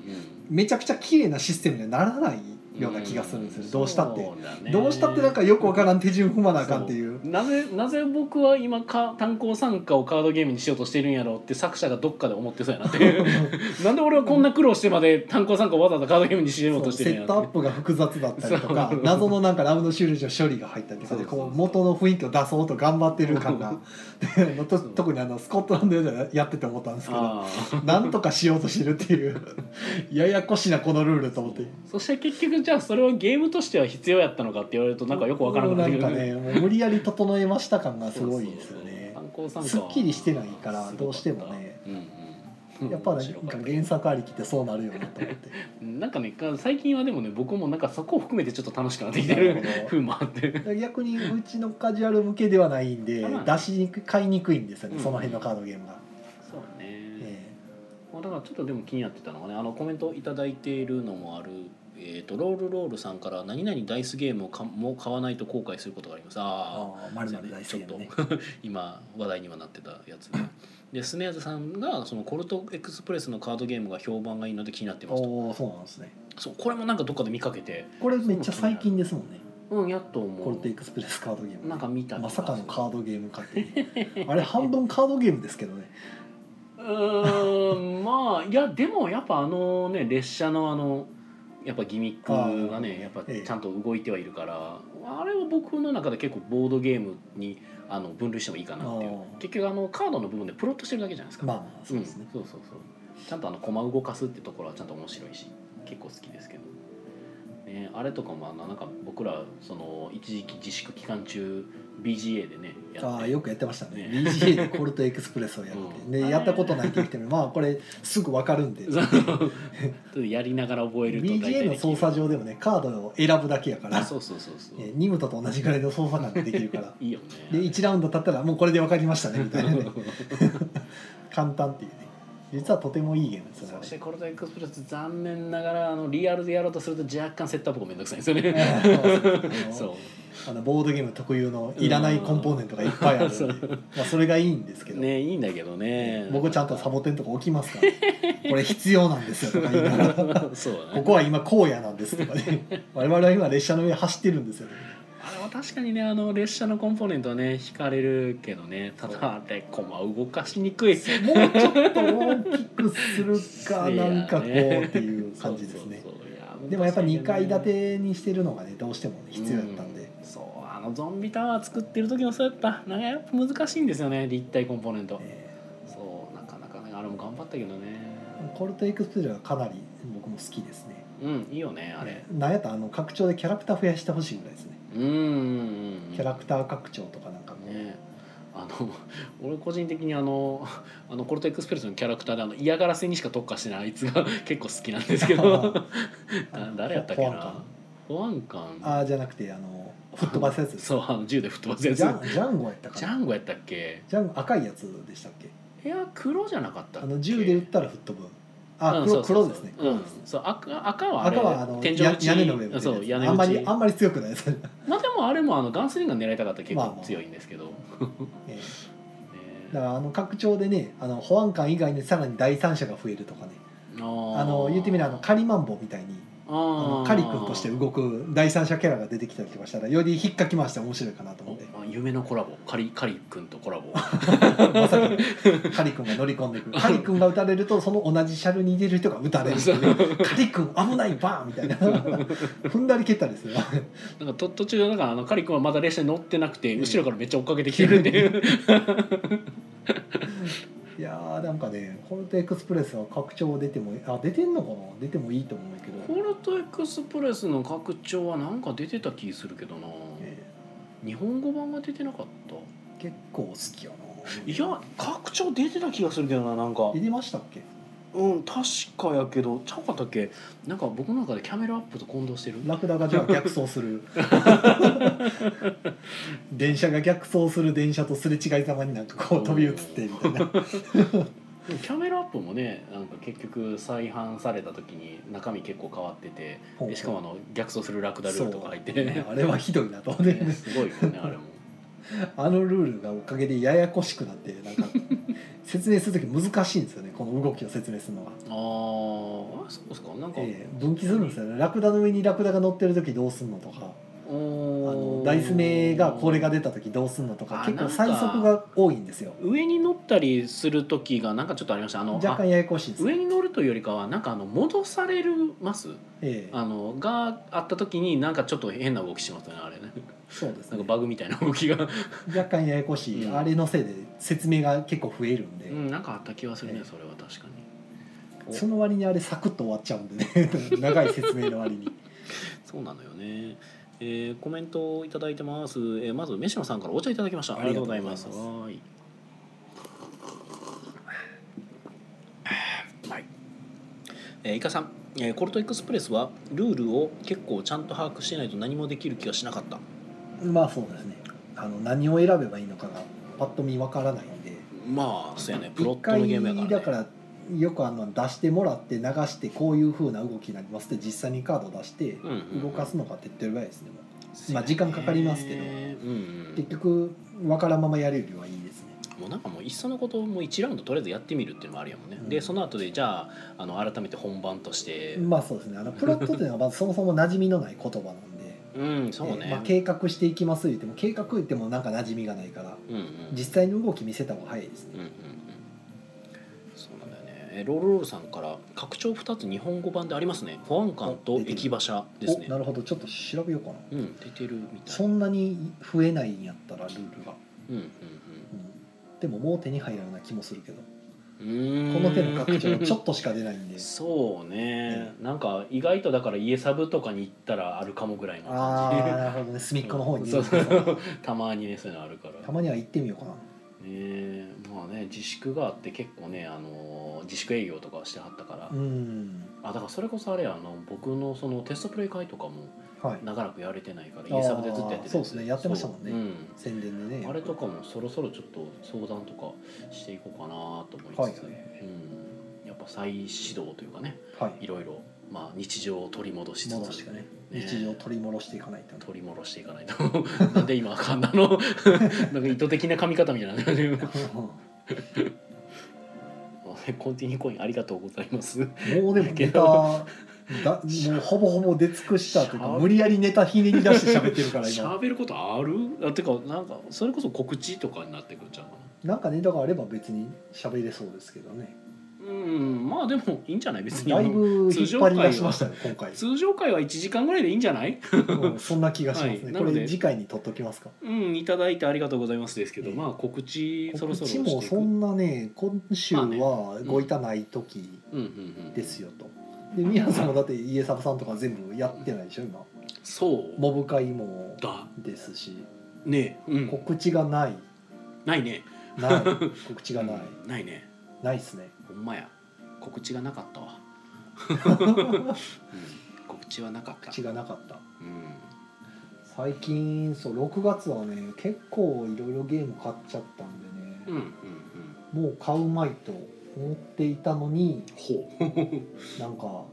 B: めちゃくちゃ綺麗なシステムにはならないような気がするんですよ、どうしたって。どうしたってなんかよくわからん手順踏まなあかんっていう
A: なぜなぜ僕は今か炭鉱参加をカードゲームにしようとしてるんやろうって作者がどっかで思ってそうやなっていう なんで俺はこんな苦労してまで炭鉱参加をわざわざカードゲームにしよう
B: そ
A: と
B: う
A: して
B: セ
A: るんや
B: ット
A: ろ
B: アッ
A: って
B: プが複雑だったりとか
A: そう
B: 謎のなんかラウンド終了時の処理が入ったりとかで
A: そうそう
B: こ
A: そう
B: う元の雰囲気を出そうと頑張ってる感が でと特にあのスコットランドでやってて思ったんですけど
A: ああ
B: なんとかしようとしてるっていう ややこしなこのルールと思って。
A: そして結局じゃあそれはゲームとしては必要やったのかって言われるとなんかよくわからなくなって
B: ん
A: く
B: か
A: る
B: ねもう無理やり整えました感がすごいですよね
A: 炭鉱参加
B: すっきりしてないからどうしてもねやっぱなんか原作ありきってそうなるよなと思って
A: なんかね最近はでもね僕もなんかそこを含めてちょっと楽しくなってきてる
B: なるほ ど
A: 風もあって
B: 逆にうちのカジュアル向けではないんで
A: あまあ
B: 出しにくい買いにくいんですよね、
A: うん
B: その辺のカードゲームが、
A: そうね
B: え
A: まあ、だからちょっとでも気になってたのがねあのコメントを頂いただいているのもある、えー、とロールロールさんから「何々ダイスゲームをかもう買わないと後悔することがあります」
B: ー、
A: あ
B: ああまるまる大好き
A: ちょ
B: ね
A: っと今話題にはなってたやつででスネアズさんがそのコルトエクスプレスのカードゲームが評判がいいので気になってますと
B: おおそうなんですね
A: そうこれもなんかどっかで見かけて
B: これめっちゃ最近ですもんね
A: うんやっと思う
B: コルテエクスプレスカードゲーム
A: なんか見た
B: まさかのカードゲームかっていう あれ半分カードゲームですけどね
A: うーんまあいやでもやっぱあのね列車のあのやっぱギミックが
B: あ
A: ね
B: ー
A: やっぱ
B: ええ
A: ちゃんと動いてはいるから、あれは僕の中で結構ボードゲームにあの分類してもいいかなってい
B: あ
A: う
B: ー
A: 結局あのカードの部分でプロットしてるだけじゃないですか、
B: まあまあそうですね、
A: んそうそうそうちゃんとあの駒動かすってところはちゃんと面白いし結構好きですけど、ね、あれとかもあのなんか僕らその一時期自粛期間中 BGA でねや
B: あ
A: っ
B: あ
A: て
B: よくやってましたね
A: ね
B: BGA でコルトエクスプレスをやるって、
A: うん
B: でやったことないって言ってもまあこれすぐ分かるんで
A: そうちょっとやりながら覚えると
B: BGA の
A: できる
B: 操作上でもねカードを選ぶだけやから
A: あそうそうそうそう、
B: ねニムトと同じぐらいの操作感ができるから
A: いいよ
B: で
A: ね
B: 1ラウンド経ったらもうこれで分かりましたねみたいなね簡単っていうね実はとてもいいゲームですよ
A: そし
B: ね
A: てコルトエクスプレス残念ながらあのリアルでやろうとすると若干セットアップがめんどくさいんです よね
B: あの
A: そう
B: あのボードゲーム特有のいらないコンポーネントがいっぱいあるんで、
A: うん
B: まあ、それがいいんですけど、
A: ねいいんだけどね
B: 僕ちゃんとサボテンとか置きますから、これ必要なんですよとか言いながら
A: そうだ
B: こ
A: ね
B: こは今荒野なんですとかね我々は今列車の上走ってるんですよね
A: あれは確かにねあの列車のコンポーネントはね引かれるけどねただあれ駒動かしにくい
B: もうちょっと大きくするかなんかこうっていう感じですね
A: そうそうそういや
B: でもやっぱ2階建てにしてるのがねどうしてもね必要だったんで、
A: うそうあのゾンビタワー作ってる時もそうやったなんかやっぱ難しいんですよね立体コンポーネント、
B: え
A: そうなかなかねあれも頑張ったけどね
B: ーコルトエクスプレスはかなり僕も好きですね
A: うんいいよねあれ
B: えーなんやったらあの拡張でキャラクター増やしてほしいぐらいですね
A: うんうんうん
B: キャラクター拡張とかなんかこう、
A: ねあの 俺個人的にあのあのコルトエクスプレスのキャラクターであの嫌がらせにしか特化してないあいつが 結構好きなんですけ ど
B: あ
A: な
B: の
A: 誰やったっけ
B: 保安
A: な
B: 官
A: 保安官
B: ああじゃなくてあの吹っ飛ばすやつ です
A: そうあの銃で吹っ飛ばす
B: ジ
A: やつ
B: ャンジャンゴやったか
A: ジ
B: な
A: ャンゴやったっけ
B: ジャンゴ赤いやつでしたっけ
A: いや黒じゃなかったっ
B: あ
A: け
B: の銃で撃ったら吹っ飛ぶあ
A: うん
B: 黒,、
A: そうそう
B: 黒
A: そう
B: ですね
A: う
B: 黒
A: ん
B: です、
A: そう赤赤はあれ
B: 赤はあの
A: 天井
B: や
A: 打ち
B: 屋根の上で
A: そう屋根
B: あんま
A: 打ち
B: りあんまり強くないですね、
A: まあでもあれもあのガンスリンガー狙いたかったら結
B: まあま
A: 構
B: あ
A: 強いんですけど、
B: え
A: ね
B: ーだからあの拡張でねあの保安官以外にさらに第三者が増えるとかね
A: あー
B: あの言ってみればあのカリマンボみたいに
A: あ
B: あ
A: ー
B: のカリ君として動く第三者キャラが出てきたりとかしたらより引っかき回して面白いかなと思って
A: おあいい夢のコラボカリカリ君とコラボ
B: まさにカリ君が乗り込んで くるカリ君が撃たれるとその同じ車両に出る人が撃たれるっていうカリ君危ないバーンみたいな踏んだり蹴ったりする
A: なんかと途中でなんかあのカリ君はまだ列車に乗ってなくて後ろからめっちゃ追っかけてきてるって いう
B: いやーなんかねコルトエクスプレスは拡張出てもあ出てんのかな出てもいいと思うけ
A: コ
B: ど、
A: ルトエクスプレスの拡張はなんか出てた気するけどな
B: え
A: 日本語版が出てなかった
B: ー結構好きやない
A: や拡張出てた気がするけどななんか
B: 出てましたっけ
A: うん確かやけどちゃうかったっけなんか僕の中でキャメルアップと混同してる
B: ラクダがじゃあ逆走す る電車が逆走する電車とすれ違いざまになんかこう飛び移ってみた いな
A: でもキャメルアップもねなんか結局再販された時に中身結構変わっててでしかもあの逆走するラクダルールとか入って
B: そう
A: ね
B: あれはひどいなと思って、
A: ねすごいよねあれも
B: あのルールがおかげでややこしくなってなんか説明する時難しいんですよねこの動きを説明するのが、
A: あーあ そうですかなんか、
B: ええ分岐するんですよねラクダの上にラクダが乗ってる時どうすんのとかあ
A: お
B: の
A: ー
B: ダイス目がこれが出た時どうすんのとか
A: あ
B: 結
A: なん
B: 構
A: か
B: 最速が多いんですよ
A: 上に乗ったりする時がなんかちょっとありましたあの
B: 若干ややこしい
A: あ
B: です
A: 上に乗るというよりかはなんかあの戻されるます
B: ええ
A: あのがあった時になんかちょっと変な動きしますよねあれね
B: そうです
A: なん
B: ね
A: かバグみたいな動きが、
B: 若干ややこしい、
A: うん
B: あれのせいで説明が結構増えるんで、
A: うん、なんかあった気はするね
B: ええ
A: それは確かにお
B: その割にあれサクッと終わっちゃうんで ね長い説明の割に
A: そうなのよね。えーコメントをいただいてます。えーまず飯野さんからお茶いただきました。あ
B: あ
A: り
B: り
A: が
B: が
A: と
B: と
A: う
B: う
A: ご
B: ご
A: ざ
B: ざ
A: い
B: い
A: ま。
B: ますす
A: はーい。はい。えーイカさん、えーコルトエクスプレスはルールを結構ちゃんと把握してないと何もできる気がしなかった。
B: まあそうですねあの何を選べばいいのかがパッと見わからないんで
A: まあそうやね。プロ
B: 一
A: ットのゲームや
B: 回
A: から、
B: だ
A: ね。
B: からよくあの出してもらって流してこういう風な動きになりますって実際にカード出して
A: うんうんうん
B: 動かすのが手っ取り早いですねもうまあ時間かかりますけど
A: えーうんうん
B: 結局わからんままやるよりはいいですね
A: もうなんかもういっそのこともう1ラウンドとりあえずやってみるっていうのもあるやもんね、
B: うん
A: でその後でじゃああの改めて本番として
B: まあそうですねあのプロットっていうのはまずそもそも馴染みのない言葉なんで
A: うんそうね、
B: えーまあ、計画していきます言っても計画言ってもなんか馴染みがないから
A: うんうん
B: 実際の動き見せた方が早いです
A: うん
B: ね
A: うんうんそうなんだよねえロールロールさんから拡張2つ日本語版でありますね保安官と駅馬車ですね
B: おなるほどちょっと調べようかな
A: うん出てるみたい
B: そんなに増えないんやったらルールが、
A: うんうん
B: うん、でももう手に入らないような気もするけど
A: うんうーん
B: この手の拡 張ちょっとしか出ないんで
A: そうね、なんか意外とだから家サブとかに行ったらあるかもぐらいの
B: あ
A: 感じ
B: あなるほどね隅っこの方に、ね、
A: そうそう たまにねそういうのあるから
B: たまには行ってみようかな
A: ねまあね自粛があって結構ね、あのー自粛営業とかしてはったから、
B: うん
A: あだからそれこそあれやあの僕のそのテストプレイ会とかも
B: はい
A: 長らくやれてないから
B: あー
A: 家サブでずっとやって
B: そうですねやってましたもんね
A: そう
B: 宣伝で
A: うん
B: ね
A: あれとかもそろそろちょっと相談とかしていこうかなと思いつつ、
B: はいはい
A: うん、やっぱ再始動というかね
B: はい
A: いろいろ、まあ、日常を取り戻しつ
B: 戻し
A: つ、
B: てね
A: ね
B: 日常を取り戻していかないと
A: 取り戻していかないと なんで今あかんなの なんか意図的な髪型みたいな、 ね、 コンティニューコインありがとうございます
B: もうでもネタだもうほぼほぼ出尽くしたとい
A: し
B: うか
A: ゃ
B: 無理やりネタひねり出して喋ってるから今
A: 喋ることあるあてかなんかそれこそ告知とかになってくるんちゃうかな
B: なんかネタがあれば別に喋れそうですけどね
A: うんまあでもいいんじゃない別に
B: だいぶ
A: 通
B: 引
A: 常
B: っ張
A: 回
B: り
A: は
B: 出しましたね今回、
A: 通常回は1時間ぐらいでいいんじゃない
B: うんそんな気がします
A: は
B: ね、
A: いな
B: こ
A: ので
B: れ次回に取っときますか
A: うんいただいてありがとうございますですけど、
B: ええ
A: まあ告知そろそ
B: 告
A: ろし
B: 知
A: てい
B: も
A: く
B: そんなね今週
A: ま
B: はごいたない時
A: うんうんうん
B: ですよと。で宮さんもだって家サブさんとか全部やってないでしょ今
A: そう
B: モブ会も
A: だ
B: ですし
A: ねえ、うん、
B: 告知がない
A: ないね
B: ない告知がない、
A: うんないね
B: ないっ すね
A: ほんまや告知がなかった わ、うん、告知はなかった
B: 告知がなかった
A: うん
B: 最近そう6月はね結構いろいろゲーム買っちゃったんでね、
A: うんうんうん
B: もう買うまいと思っていたのに
A: ほ
B: なんか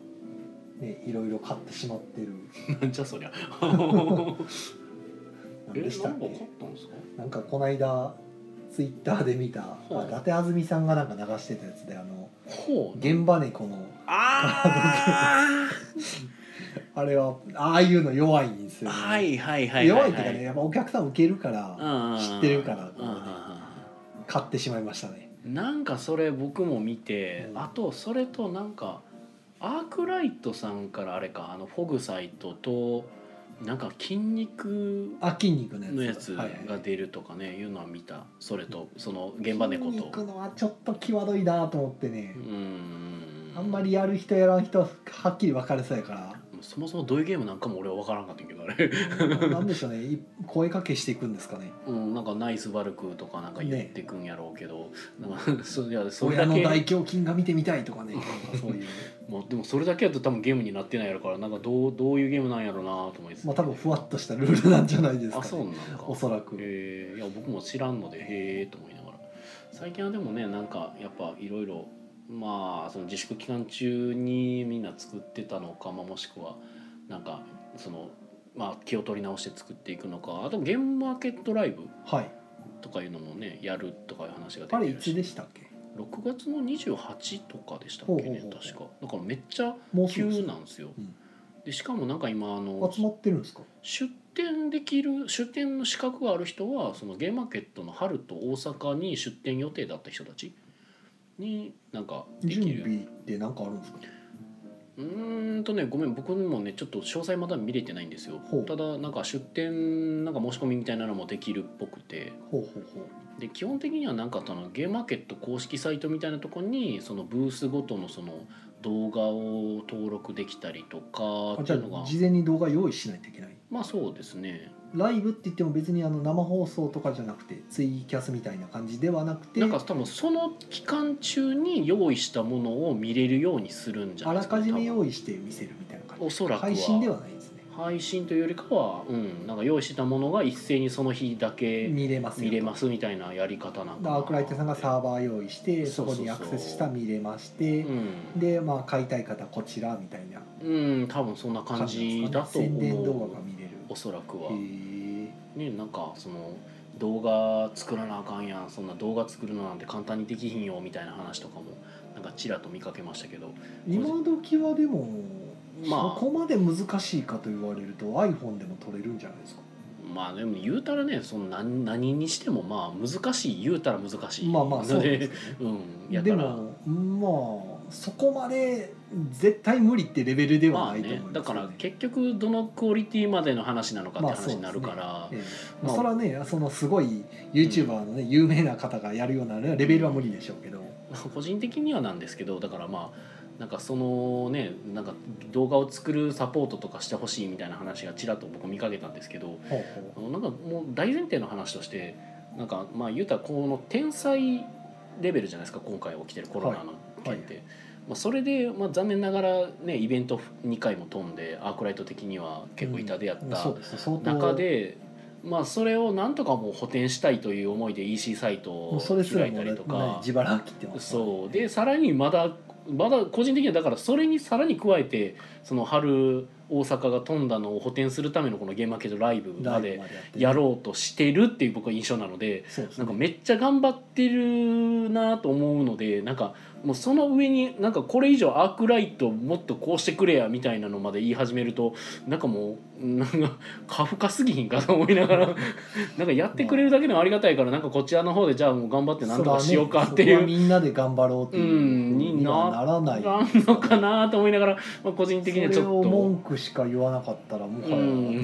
B: ねいろいろ買ってしまってる
A: う なんじゃそりゃえ
B: なんで
A: なん
B: した
A: か
B: っ
A: 買っ
B: け
A: たんですか
B: なんかこの間ツイッターで見た、
A: はい
B: あ伊達あずみさんがなんか流してたやつであの
A: ほう
B: 現場猫の
A: ああ
B: あれはああいうの弱いん ですよ、ね
A: はいはいはいは
B: 弱
A: はい
B: っていうかねやっぱお客さん受けるから知ってるから
A: うんうんうん
B: 買ってしまいましたね
A: なんかそれ僕も見て、
B: うん
A: あとそれとなんかアークライトさんからあれかあのフォグサイトとなんか筋肉
B: あ筋肉のやつ
A: のやつ
B: はいはい
A: が出るとかね、い、うのは見たそれとその現場猫
B: 筋肉
A: と
B: のはちょっと際どいなと思ってね
A: う、ん
B: あんまりやる人やらん人ははっきり分かれそうやから
A: そもそもどういうゲームなんかも俺は分からんかったんやけどあれ、
B: なんでしょうねい声かけしていくんですかね
A: うん、なんかナイスバルクとかなんか言ってくんやろうけど、なんか そいやそれ
B: 親
A: だ
B: の
A: け
B: 大胸筋が見てみたいとかねなんかそういう
A: まあ、でもそれだけやと多分ゲームになってないやろからなんかどうどういうゲームなんやろうなと思いつつ
B: まあ多分ふわっとしたルールなんじゃないですか、ね、
A: あそうなのか
B: おそらく、
A: えーいや僕も知らんのでへえと思いながら最近はでもねなんかやっぱいろいろまあその自粛期間中にみんな作ってたのか、まあ、もしくはなんかその、まあ、気を取り直して作っていくのかあとゲームマーケットライブ
B: はい
A: とかいうのもねやるとかいう話が
B: あれ
A: 出
B: い
A: てる
B: つ
A: し
B: でしたっけ
A: 6月の28とかでしたっけね
B: ほうほうほう
A: 確かだからめっちゃ
B: もうす
A: 急
B: ぐです
A: なんですよ
B: うん
A: でしかもなんか今あの
B: 集まってるんですか
A: 出店できる出店の資格がある人はそのゲームマーケットの春と大阪に出店予定だった人たちになんかでき
B: 準
A: る
B: 備って何かあるんですか
A: うーんとねごめん僕もねちょっと詳細まだ見れてないんですよ
B: ほう
A: ただなんか出店なんか申し込みみたいなのもできるっぽくて
B: ほうほうほう
A: で基本的にはなんかそのゲームマーケット公式サイトみたいなとこにそのブースごとのその動画を登録できたりとか
B: あ
A: っ
B: じ
A: て
B: ゃ
A: いうの
B: あ
A: が
B: 事前に動画用意しないといけない
A: まあそうですね
B: ライブって言っても別にあの生放送とかじゃなくてツイキャスみたいな感じではなくて
A: なんか多分その期間中に用意したものを見れるようにするんじゃ
B: あ
A: ない
B: ら
A: ですか
B: かじめ
A: 意
B: 用意して見せるみたいな感じ
A: おそらくは
B: 配信ではないですね
A: 配信というよりかは、うん、なんか用意してたものが一斉にその日だけ
B: 見れます
A: 見れますすみたいなやり方なんかな
B: ダークライトさんがサーバー用意して
A: そ
B: そう
A: そう
B: こ
A: そう
B: にアクセスしたら見れまして
A: うん、
B: でまあ買いたい方こちらみたいな
A: うん、多分そんな感じだと
B: 宣伝動
A: 思
B: 画が
A: う
B: 見れる
A: おそらくは
B: へ。え
A: ね、なんかその動画作らなあかんやんそんな動画作るのなんて簡単にできひんよみたいな話とかもなんかちらっと見かけましたけど
B: 今時はでも
A: まあ
B: そこまで難しいかと言われると iPhone でも撮れるんじゃないですか
A: まあでも言うたらねその何何にしてもまあ難しい言うたら難しい
B: ま あまあそう
A: の
B: なんで
A: です
B: けどね
A: うんやか
B: で
A: ら
B: もまあそこまで絶対無理ってレベルで
A: ま
B: は
A: あ
B: ないと思い
A: ね
B: ます、
A: だから結局どのクオリティまでの話なのかって話になるから、
B: まあそうですねええ
A: まあ
B: それはねそのすごい YouTuber のね、有名な方がやるようなレベルは無理でしょうけど、
A: 個人的にはなんですけどだからまあなんかそのねなんか動画を作るサポートとかしてほしいみたいな話がちらっと僕見かけたんですけど
B: ほうほ
A: なんかもう大前提の話としてなんかまあ言うたらこの天才レベルじゃないですか今回起きてるコロナの件って、まあ、それで、まあ、残念ながら、ね、イベント2回も飛んでアークライト的には結構痛手やっ
B: うん
A: た
B: そうです相当
A: 中で、まあ、それをなんとかもう補填したいという思いで EC サイト
B: もう
A: を
B: それすら
A: 開い
B: も
A: た
B: う、
A: り
B: ね
A: とか、
B: 自腹切ってますからね
A: そうでさらにまだまだ個人的にはだからそれにさらに加えてその春大阪が飛んだのを補填するためのこのゲームマーケットライブま
B: ライブ
A: で
B: までやってる
A: やろうとしてるっていう僕は印象なので
B: そうです
A: なん
B: ね
A: かめっちゃ頑張ってるなと思うのでなんかもうその上になんかこれ以上アークライトもっとこうしてくれやみたいなのまで言い始めるとなんかもうなんか過負荷すぎひんかと思いながら なんかやってくれるだけでもありがたいからなんかこちらの方でじゃあもう頑張ってなんとかしようかってい
B: それはねそこは
A: う
B: みんなで頑張ろうっていう
A: うんに
B: には
A: な
B: ならない
A: なんのかなと思いながら、まあ、個人的にはち
B: それ
A: ょ
B: を
A: っと
B: 文句しか言わなかったらもはや、
A: うん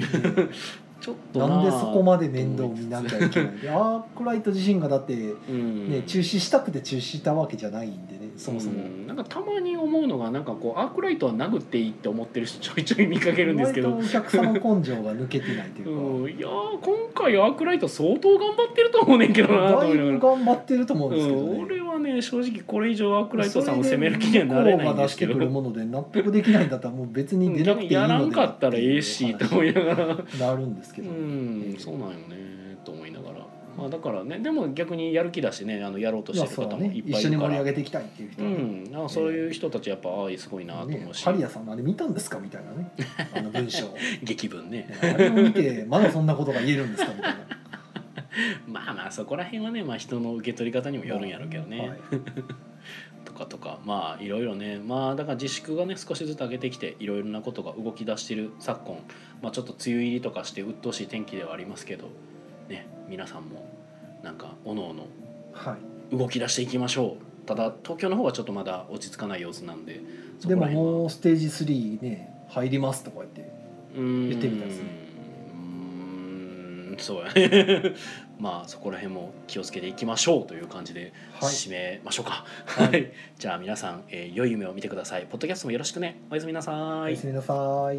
B: ね
A: ちょっと
B: なんでそこ
A: ま
B: まで面倒見なきゃ いけないでアークライト自身がだって、ね
A: で、うん
B: 中止したくて中止したわけじゃないんでねそもそも、
A: うんなんかたまに思うのがなんかこうアークライトは殴っていいって思ってる人ちょいちょい見かけるんですけど
B: 割とお客様根性が抜けてないというか、
A: うん、いやー今回アークライト相当頑張ってると思うねんけどなと
B: だ
A: 思
B: い
A: いなが
B: ぶ
A: ら。
B: 頑張ってると思うんですけど、ね
A: うん、俺はね正直これ以上アークライトさんを責める気にはなれないんですけど
B: それで向こうが出してくるもので納得できないんだったらもう別に出なくていいの
A: や
B: で
A: らんかったらええしと思いながら
B: なるんですけ
A: う
B: ど、
A: んそうなんよねと思いながら、まあ、だからねでも逆にやる気だしねあのやろうとし
B: ま
A: て
B: あ
A: る
B: そう
A: 方
B: だ
A: も
B: ね
A: いっ
B: 一
A: ぱい
B: 緒
A: い
B: に
A: るか
B: 盛り
A: ら
B: 上げていきたいっていう人
A: う
B: はね、
A: ん、なんかそういう人たちやっぱああすごいなと
B: ね
A: 思うし、
B: カリアさんのあれ見たんですかみたいなねあの文章
A: 激文ね
B: あれを見てまだそんなことが言えるんですかみたいな
A: まあまあそこら辺はね、まあ、人の受け取り方にもよるんやろうけどね、
B: はい
A: とかとかまあいろいろねまあだから自粛がね少しずつ上げてきていろいろなことが動き出してる昨今、まあ、ちょっと梅雨入りとかして鬱陶しい天気ではありますけどね皆さんもなんかおのおの
B: は
A: 動き出していきましょうただ東京の方はちょっとまだ落ち着かない様子なんで
B: い、でももうステージ3ね入りますとか言って
A: 言
B: 言ってみたいですね
A: うーんそうやね まあそこら辺も気をつけていきましょうという感じで
B: はい
A: 締めましょうかは、
B: はいい
A: じゃあ皆さん、えー良い夢を見てくださいポッドキャストもよろしくねおやすみなさ
B: お
A: い
B: やすみなさい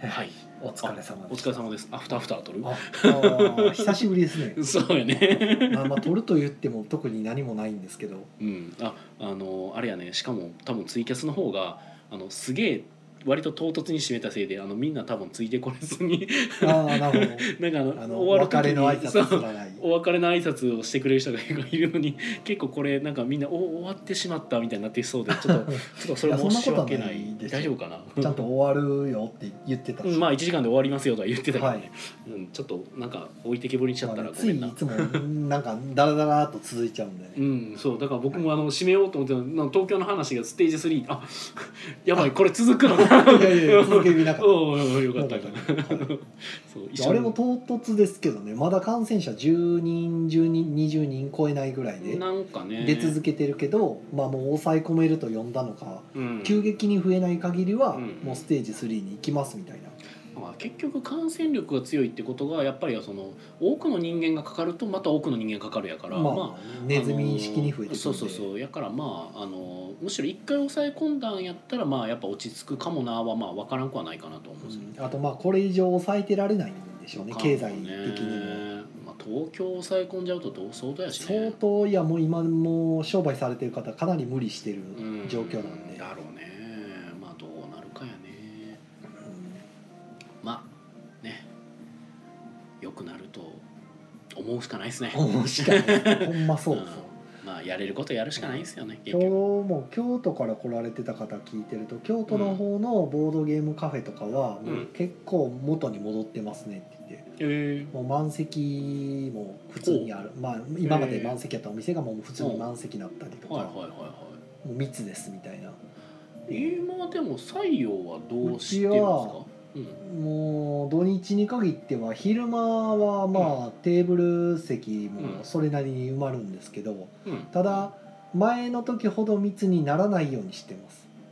A: はい
B: お疲れ様
A: お
B: でし
A: 疲れ
B: た
A: 様ですアフターアフター撮る
B: ああー久しぶりです ね
A: そうやね
B: まあまあ撮ると言っても特に何もないんですけど
A: うんああのあれやねしかも多分ツイキャスの方があのすげえ割と唐突に締めたせいであのみんな多分ついてこれずに
B: ああなるほど
A: なんかあの
B: あのお
A: 終わる時
B: 別れ
A: に
B: の挨
A: そ
B: 拶
A: う
B: すらない
A: お別れの挨拶をしてくれる人がいるのに 結構これなんかみんなお終わってしまったみたいになっていそうでちょっとちょっとそれ
B: いや
A: 申し訳ない
B: そんなことはないですよ
A: 大丈夫かな
B: ちゃんと終わるよって言ってた
A: う
B: し
A: んまあ1時間で終わりますよとは言ってたけどね、うん、ちょっとなんか置いてけぼりにしちゃった
B: ま
A: ら
B: あね
A: ご
B: つ
A: め
B: い
A: んな、
B: いつもなんかダラダラっと続いちゃうん でね
A: うんそうだから僕もあの締めようと思ってたのなんか東京の話がステージ3あ やばいこれ続くのか
B: いやいや続け見なか っ
A: おおよかったよかった
B: たはい
A: そう
B: いや あれも唐突ですけどねまだ感染者10人10人20人超えないぐらいで
A: なんかね
B: 出続けてるけど、まあもう抑え込めると呼んだのか、
A: うん
B: 急激に増えない限りは
A: うん
B: もうステージ3に行きますみたいな、
A: まあ、結局感染力が強いってことがやっぱりその多くの人間がかかるとまた多くの人間がかかるやから、
B: ま
A: ま
B: あ、
A: あ
B: ネズミ式に増えてくるん
A: あ
B: で、
A: のそうそうそうやからまああのむしろ一回抑え込んだんやったらまあやっぱ落ち着くかもなはまあ分からんくはないかなと思うんですよね。
B: うんあとまあこれ以上抑えてられないんでしょうね経済的にも。
A: にまあ、東京抑え込んじゃうと同相当やし
B: 相
A: ね
B: 当いやもう今もう商売されてる方かなり無理してる
A: うん
B: 状況なんで、
A: だろうねまあどうなるかやねまあね良くなると思うしかないですね
B: うん、ほんましかないほんまそうそ
A: うん
B: う、
A: まあやれることやるしかないんですよね、
B: 今日も京都から来られてた方聞いてると京都の方のボードゲームカフェとかは
A: うん
B: もう結構元に戻ってますねって言って。
A: え
B: もう満席も普通にある、まあ、今まで満席やったお店がもう普通に満席だったりとか、
A: はいはい
B: も
A: はいう
B: 密ですみたいな
A: はい今でも採用はどうしてるんです
B: うち
A: か
B: は、
A: うん
B: もう土日に限っては昼間はまあテーブル席もそれなりに埋まるんですけど
A: うん、
B: ただ前の時ほど密にならないようにしてま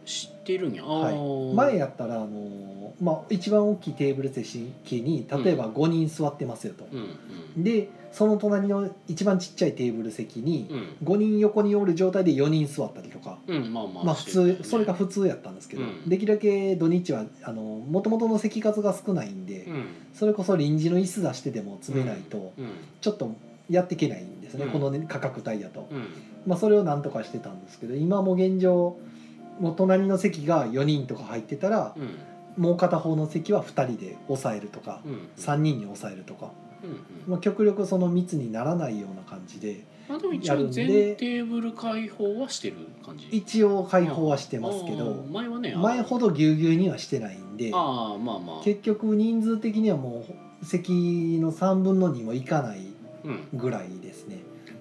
B: す、
A: 知ってるんや、あ
B: はい
A: ー
B: 前やったらあの、まあ、一番大きいテーブル席に例えば5人座ってますよと、
A: うん
B: でその隣の一番ちっちゃいテーブル席に、
A: うんうん
B: 5人横におる状態で4人座ったりとか、
A: うんまあまあ、
B: まあ、普通
A: してるよね
B: それが普通やったんですけど、
A: うん
B: できるだけ土日はあの元々の席数が少ないんで、
A: うん
B: それこそ臨時の椅子出してでも詰めないと
A: うん
B: ちょっとやっていけないんですね、
A: うん
B: この、ね、価格帯だと、
A: うん
B: まあ、それをなんとかしてたんですけど今も現状もう隣の席が4人とか入ってたら
A: う、ん
B: もう片方の席は2人で抑えるとか、
A: うん
B: 3人に抑えるとか、
A: うんうん
B: まあ、極力その密にならないような感じで
A: まあでも一
B: や
A: 応
B: るんで
A: 全テーブル開放はしてる感じ
B: 一応開放はしてますけ
A: あ
B: ど
A: ー。前はねあの
B: 前ほどぎゅうぎゅうにはしてないんで
A: ああまあまあ
B: 結局人数的にはもう席の3分の2もいかない
A: うん
B: ぐらいですね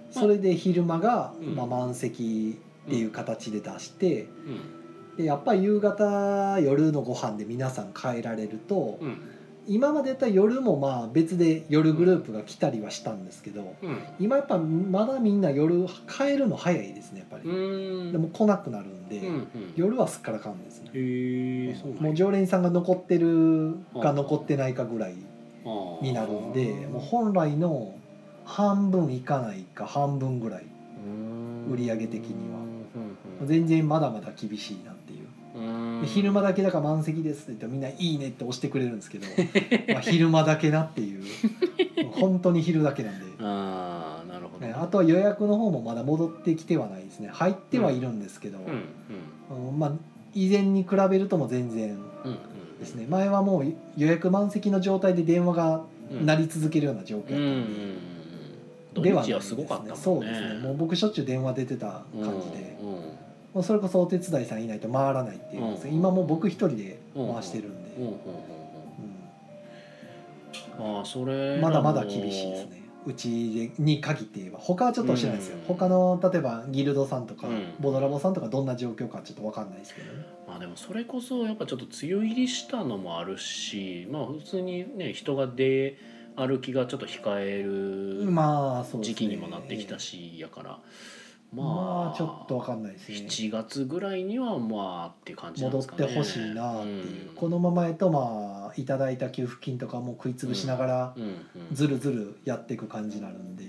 B: それで昼間が、
A: うん
B: まあ、満席っていう形で出して
A: うん
B: でやっぱり夕方夜のご飯で皆さん帰られると
A: うん
B: 今までやったら夜もまあ別で夜グループが来たりはしたんですけど
A: うん
B: 今やっぱまだみんな夜帰るの早いですねやっぱ
A: う
B: り
A: ん
B: でも来なくなるんで
A: うんうん
B: 夜はすっからかんですね
A: へえそうなんや
B: もう常連さんが残ってる
A: あ
B: か残ってないかぐらいになるんでもう本来の半分いかないか半分ぐらい売り上げ的には全然まだまだ厳しいなっていうで昼間だけだから満席ですって言ったらみんな「いいね」って押してくれるんですけ ど、まあ、昼間だけなっていう本当に昼だけなんで。
A: ああなるほど
B: ねあとは予約の方もまだ戻ってきてはないですね入ってはいるんですけど、
A: うん
B: うんまあ以前に比べるとも全然
A: うん
B: ですね前はもう予約満席の状態で電話が
A: うん
B: なり続けるような状況
A: う
B: や
A: んう
B: っ
A: んうん土
B: たんで、では
A: 日はすごかったもん
B: な
A: ね
B: いそうですねもう僕しょっちゅう電話出てた感じで、
A: うん
B: もうそれこそお手伝いさんいないと回らないっていう、
A: うん
B: 今もう僕一人で回してるんで、
A: うんうんうんうんうんああそれ
B: うんまだまだ厳しいですねううちでに限って言えば他はちょっと知らないですよ、
A: うん
B: 他の例えばギルドさんとか、
A: うん
B: ボドラボさんとかどんな状況かちょっと分かんないですけどね
A: まあでもそれこそやっぱちょっと梅雨入りしたのもあるしまあ普通にね人が出歩きがちょっと控える
B: まあそうです
A: 時
B: ね
A: 期にもなってきた、しやから
B: ま
A: ま
B: あ、
A: あ、
B: ちょっと分かんないですね
A: 7月ぐらいにはまあっていう感じなん
B: 戻
A: ですかね
B: ってほしいなっていう、
A: うん
B: このままやとまあいただいた給付金とかも食いつぶしながら
A: うんうん
B: ずるずるやっていく感じになるんで、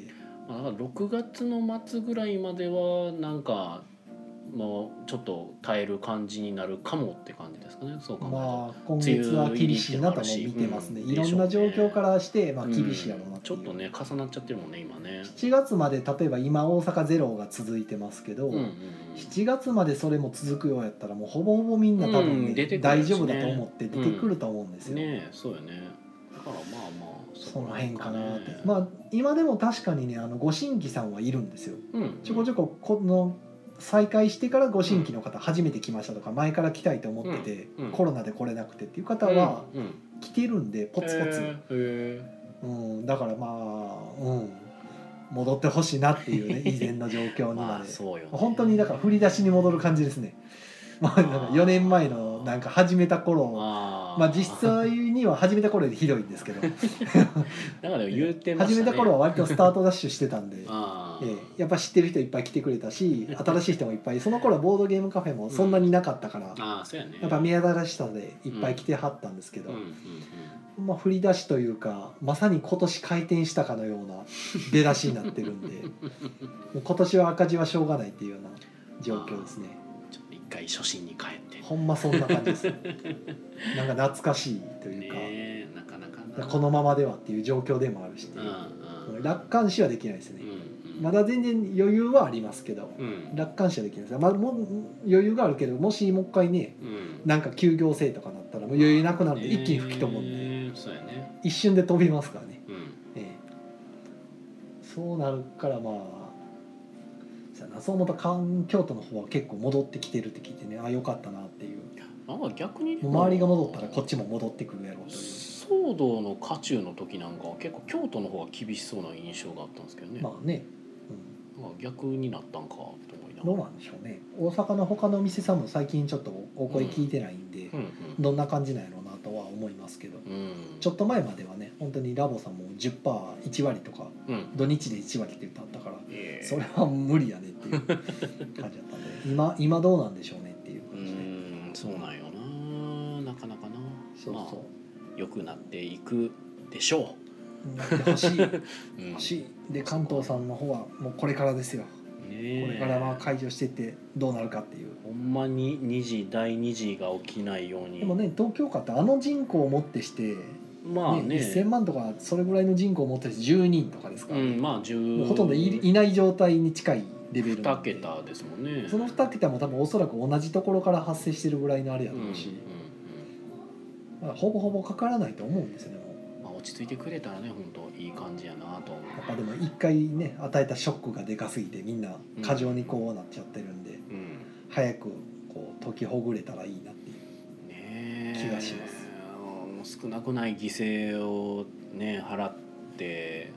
A: まあ、だから6月の末ぐらいまではなんかもうちょっと耐える感じになるかもって感じですかねそう考えると、
B: まあ今月は厳しいなとも見てますね、
A: うん
B: いろんな状況からして、まあ、
A: うん
B: 厳しいやろうなって
A: ち
B: い
A: ょ
B: う、
A: っとね重なっちゃってるもんね今ね
B: 7月まで例えば今大阪ゼロが続いてますけど、
A: うんうんうん
B: 7月までそれも続くようやったらもうほぼほぼみんな多分ね,、
A: うん出てくるしね
B: 大丈夫だと思って出てくると思うんですよ、
A: ねえそうよねだからまあまあ
B: その
A: こら
B: 辺かなって、
A: ね
B: まあ今でも確かにねあのご新規さんはいるんですよ
A: うん
B: ちょこちょここの再開してからご新規の方初めて来ましたとか前から来たいと思ってて、
A: うんうん
B: コロナで来れなくてっていう方は
A: うんうん
B: 来てるんでポツポツ、
A: へえ
B: うん、だからまあ、うん、戻ってほしいなってい うね以前の状況に
A: ま
B: ま
A: あ
B: で、
A: そうよ、ね、
B: 本当にだから振り出しに戻る感じで すね、まあ、なんか4年前のなんか始めた頃
A: あー
B: まあ実際には始めた頃よりひどいんで すけど
A: だから言うてまし
B: 始
A: た、ね、
B: めた頃は割とスタートダッシュしてたんで。
A: あ
B: え
A: ー、
B: えやっぱ知ってる人いっぱい来てくれたし新しい人もいっぱいその頃はボードゲームカフェもそんなになかったから、
A: ああそうやね
B: やっぱ目新しさでいっぱい来てはったんですけど、
A: うんうんうん
B: まあ、振り出しというかまさに今年回転したかのよう な出だしになってるんでもう今年は赤字はしょうがないっていうような状況ですね
A: ちょっと一回初心に帰って
B: ほんまそんな感 じですなんか懐かしいという
A: ね
B: か,、
A: えなかなかな
B: このままではっていう状況でもあるしね、
A: うんうん
B: 楽観視はできないですね
A: う、んうん
B: まだ全然余裕はありますけど、
A: うん
B: 楽観視はできないです、まあ、もう余裕があるけどもしもう一回ね
A: うん
B: なんか休業制とかなったらもう余裕なくなるんで一気に吹き飛ぶんで、
A: ねえそうやね
B: 一瞬で飛びますからね、
A: うん
B: ええ、そうなるからまあそうやなそう思ったら環京都の方は結構戻ってきてるって聞いてねああよかったなっていう
A: なんか逆に
B: もう周りが戻ったらこっちも戻ってくるやろうという
A: 騒動の渦中の時なんかは結構京都の方が厳しそうな印象があったんですけどね、
B: まあね、
A: なんか逆になったんかと思いな
B: うん、どう
A: がら
B: なんでしょうね大阪の他のお店さんも最近ちょっとお声聞いてないんで、
A: うん
B: どんな感じなんやろうなとは思いますけど
A: うんうん
B: ちょっと前まではね本当にラボさんも 10%1 割とか
A: うん
B: 土日で1割って言ってあったから
A: ええ
B: それは無理やねっていう感じだ ったんで今今どうなんでしょうねっていう
A: う
B: 感じで、
A: んそうなんよななかなかな
B: そう
A: まあ
B: そ
A: 良くなっていくでしょ
B: うなってほしい
A: う。うん
B: ほしいで関東さんの方はもうこれからですよこ
A: ねえ
B: れからまあ解除してってどうなるかっていう
A: ほんまに二次第二次が起きないように。
B: でもね東京かってあの人口をもってして、ね
A: まあね。
B: 1,000万とかそれぐらいの人口を持ってして10人とかですか
A: う
B: ら、
A: んまあ十。
B: もうほとんどいいない状態に近いレベルな
A: 二
B: んで
A: 桁ですもんね。
B: その2桁も多分おそらく同じところから発生してるぐらいのあれや
A: う
B: ろ
A: んうんう
B: うんし、まあほぼほぼかからないと思うんですよねもう
A: まあ落ち着いてくれたらね本当いい感じやなと思
B: やっぱでも一回ね与えたショックがでかすぎてみんな過剰にこうなっちゃってるんで、
A: う。うん。
B: 早くこう解きほぐれたらいいなっていう
A: ねえ。
B: 気がします
A: もう少なくない犠牲をね払って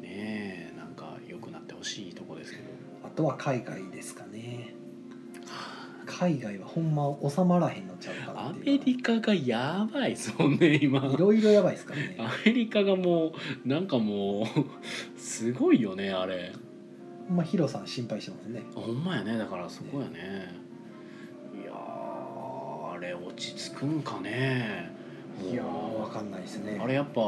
A: ねえなんか良くなってほしいとこですけど。
B: あとは海外ですかね海外はほんま収まらへんのちゃうかな
A: ア
B: ってい
A: メ
B: うか
A: リカがやばいですもんね今。
B: いろいろやばいですからね
A: アメリカがもうなんかもうすごいよねあれ
B: ほんまヒロさん心配してますね
A: ほんまやねだからそこやねいやーあれ落ち着くんかねもう
B: いやーわかんないですね
A: あれやっぱ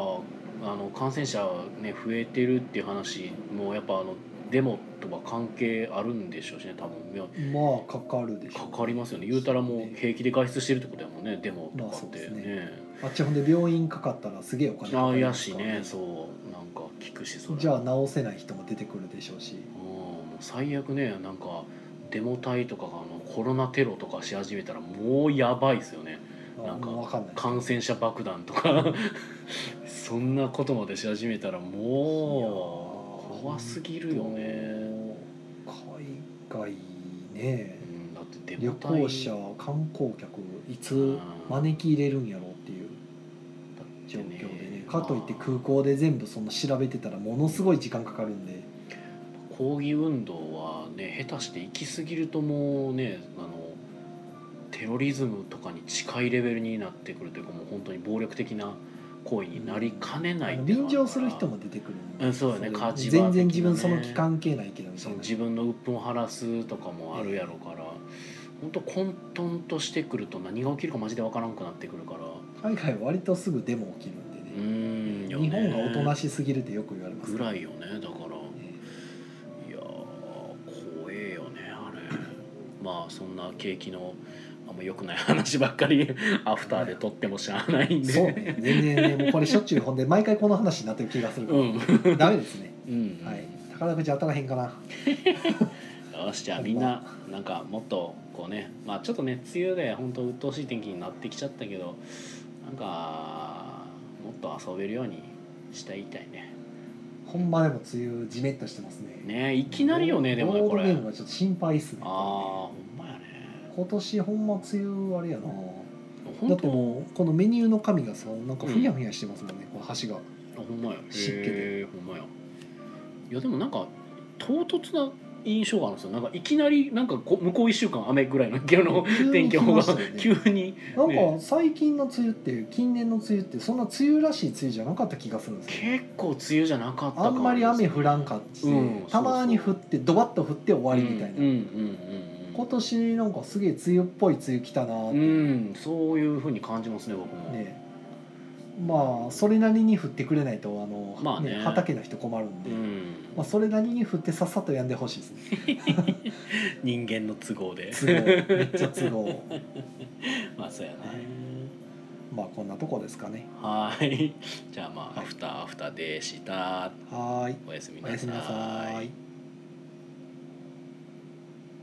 A: あの感染者ね増えてるっていう話もうやっぱあのデモとは関係あるんでしょうしね多分いや
B: まあかかるでしょうね
A: かかりますよね言うたらもう平気で外出してるってことやもんねデモとか
B: まあそ
A: っ
B: う
A: て
B: ですね
A: ね
B: あっちほんで病院かかったらすげえお金か
A: あ
B: か
A: あ
B: り
A: や
B: ます
A: し
B: から
A: ねそうなんか聞くしそれ
B: じゃあ治せない人も出てくるでしょうし
A: うんもう最悪ねなんかデモ隊とかがあのコロナテロとかし始めたらもうやばいですよねな
B: あ
A: んか
B: もうわかんない
A: 感染者爆弾とかそんなことまでし始めたらもう怖すぎるよね、
B: 海外ね
A: うん、だってデ
B: 旅
A: モ隊
B: 行者観光客いつ招き入れるんやろうっていう
A: だって
B: 状況でね
A: ね
B: かといって空港で全部その調べてたらものすごい時間かかるんで
A: 抗議運動はね下手して行き過ぎるともうねあのテロリズムとかに近いレベルになってくるというかもう本当に暴力的な行為になりかねない
B: あの
A: っていうの
B: 臨
A: があるか
B: 場す
A: ら
B: る人も出てくるんで
A: うんそうよね
B: れ
A: カーチバー的なね
B: 全然自分その期間係ないけどみ
A: そ
B: たい
A: の
B: な
A: 自分の鬱憤を晴らすとかもあるやろから本当混沌としてくると何が起きるかマジで分からんくなってくるから
B: 海外は割とすぐデモ起きるんで
A: うーん
B: ね
A: よね
B: 日本がおとなしすぎるってよく言われます
A: ぐら
B: い
A: いよねだからいやー怖えよねあれまあそんな景気のあんま良くない話ばっか りアフターで撮ってもしゃあないんで
B: そうね全然ねもうこれしょっちゅうほんで毎回この話になってる気がするか
A: う
B: ら、
A: ん、
B: ダメですね
A: うん
B: はい宝くじ当たらへんかな
A: よしじゃあみんななんかもっとこうねまあちょっとね梅雨で本当鬱陶しい天気になってきちゃったけどなんかもっと遊べるようにしたいたいね
B: ほんまでも梅雨じめっとしてますね
A: ねいきなりよねでもね
B: ボー
A: こ
B: ドゲ
A: れ
B: ームはちょっと心配っすね
A: ああほんまやね
B: 今年ほんま梅雨あれやなだ
A: 本
B: って
A: 当ほ
B: もうこのメニューの紙がさなんかふやふやしてますもんね、この端が
A: んまや
B: 湿気で
A: へーほんまやいやでもなんか唐突な印象があるんですよなんかいきなりなんかこ向こう1週間雨ぐらいの の天気予報が
B: 急
A: 急に
B: なんか最近の梅雨って近年の梅雨ってそんな梅雨らしい梅雨じゃなかった気がするんですよ
A: 結構梅雨じゃなかった
B: あんまり雨
A: 降
B: 降らんかったし、
A: うん
B: たまに降ってドバッと降って終わりみたいな、
A: うんうんうんうん
B: 今年なんかすげえ梅雨っぽい梅雨来たなって、
A: うん、そういう風に感じますね、僕も。
B: ねまあそれなりに降ってくれないとあの、
A: まあね
B: 畑の人困るん
A: う
B: で、
A: ん、
B: まあ、それなりに降ってさっさとやんでほしいですね
A: 人間の都合で。
B: 都合めっちゃ都合
A: まあ、そうやね。
B: まあこんなとこですかね
A: はい、じゃあ、まあ、
B: はい
A: アフターアフターでした。
B: はーい
A: おやすみ
B: お
A: な
B: やすみな
A: さ
B: さ
A: い
B: い。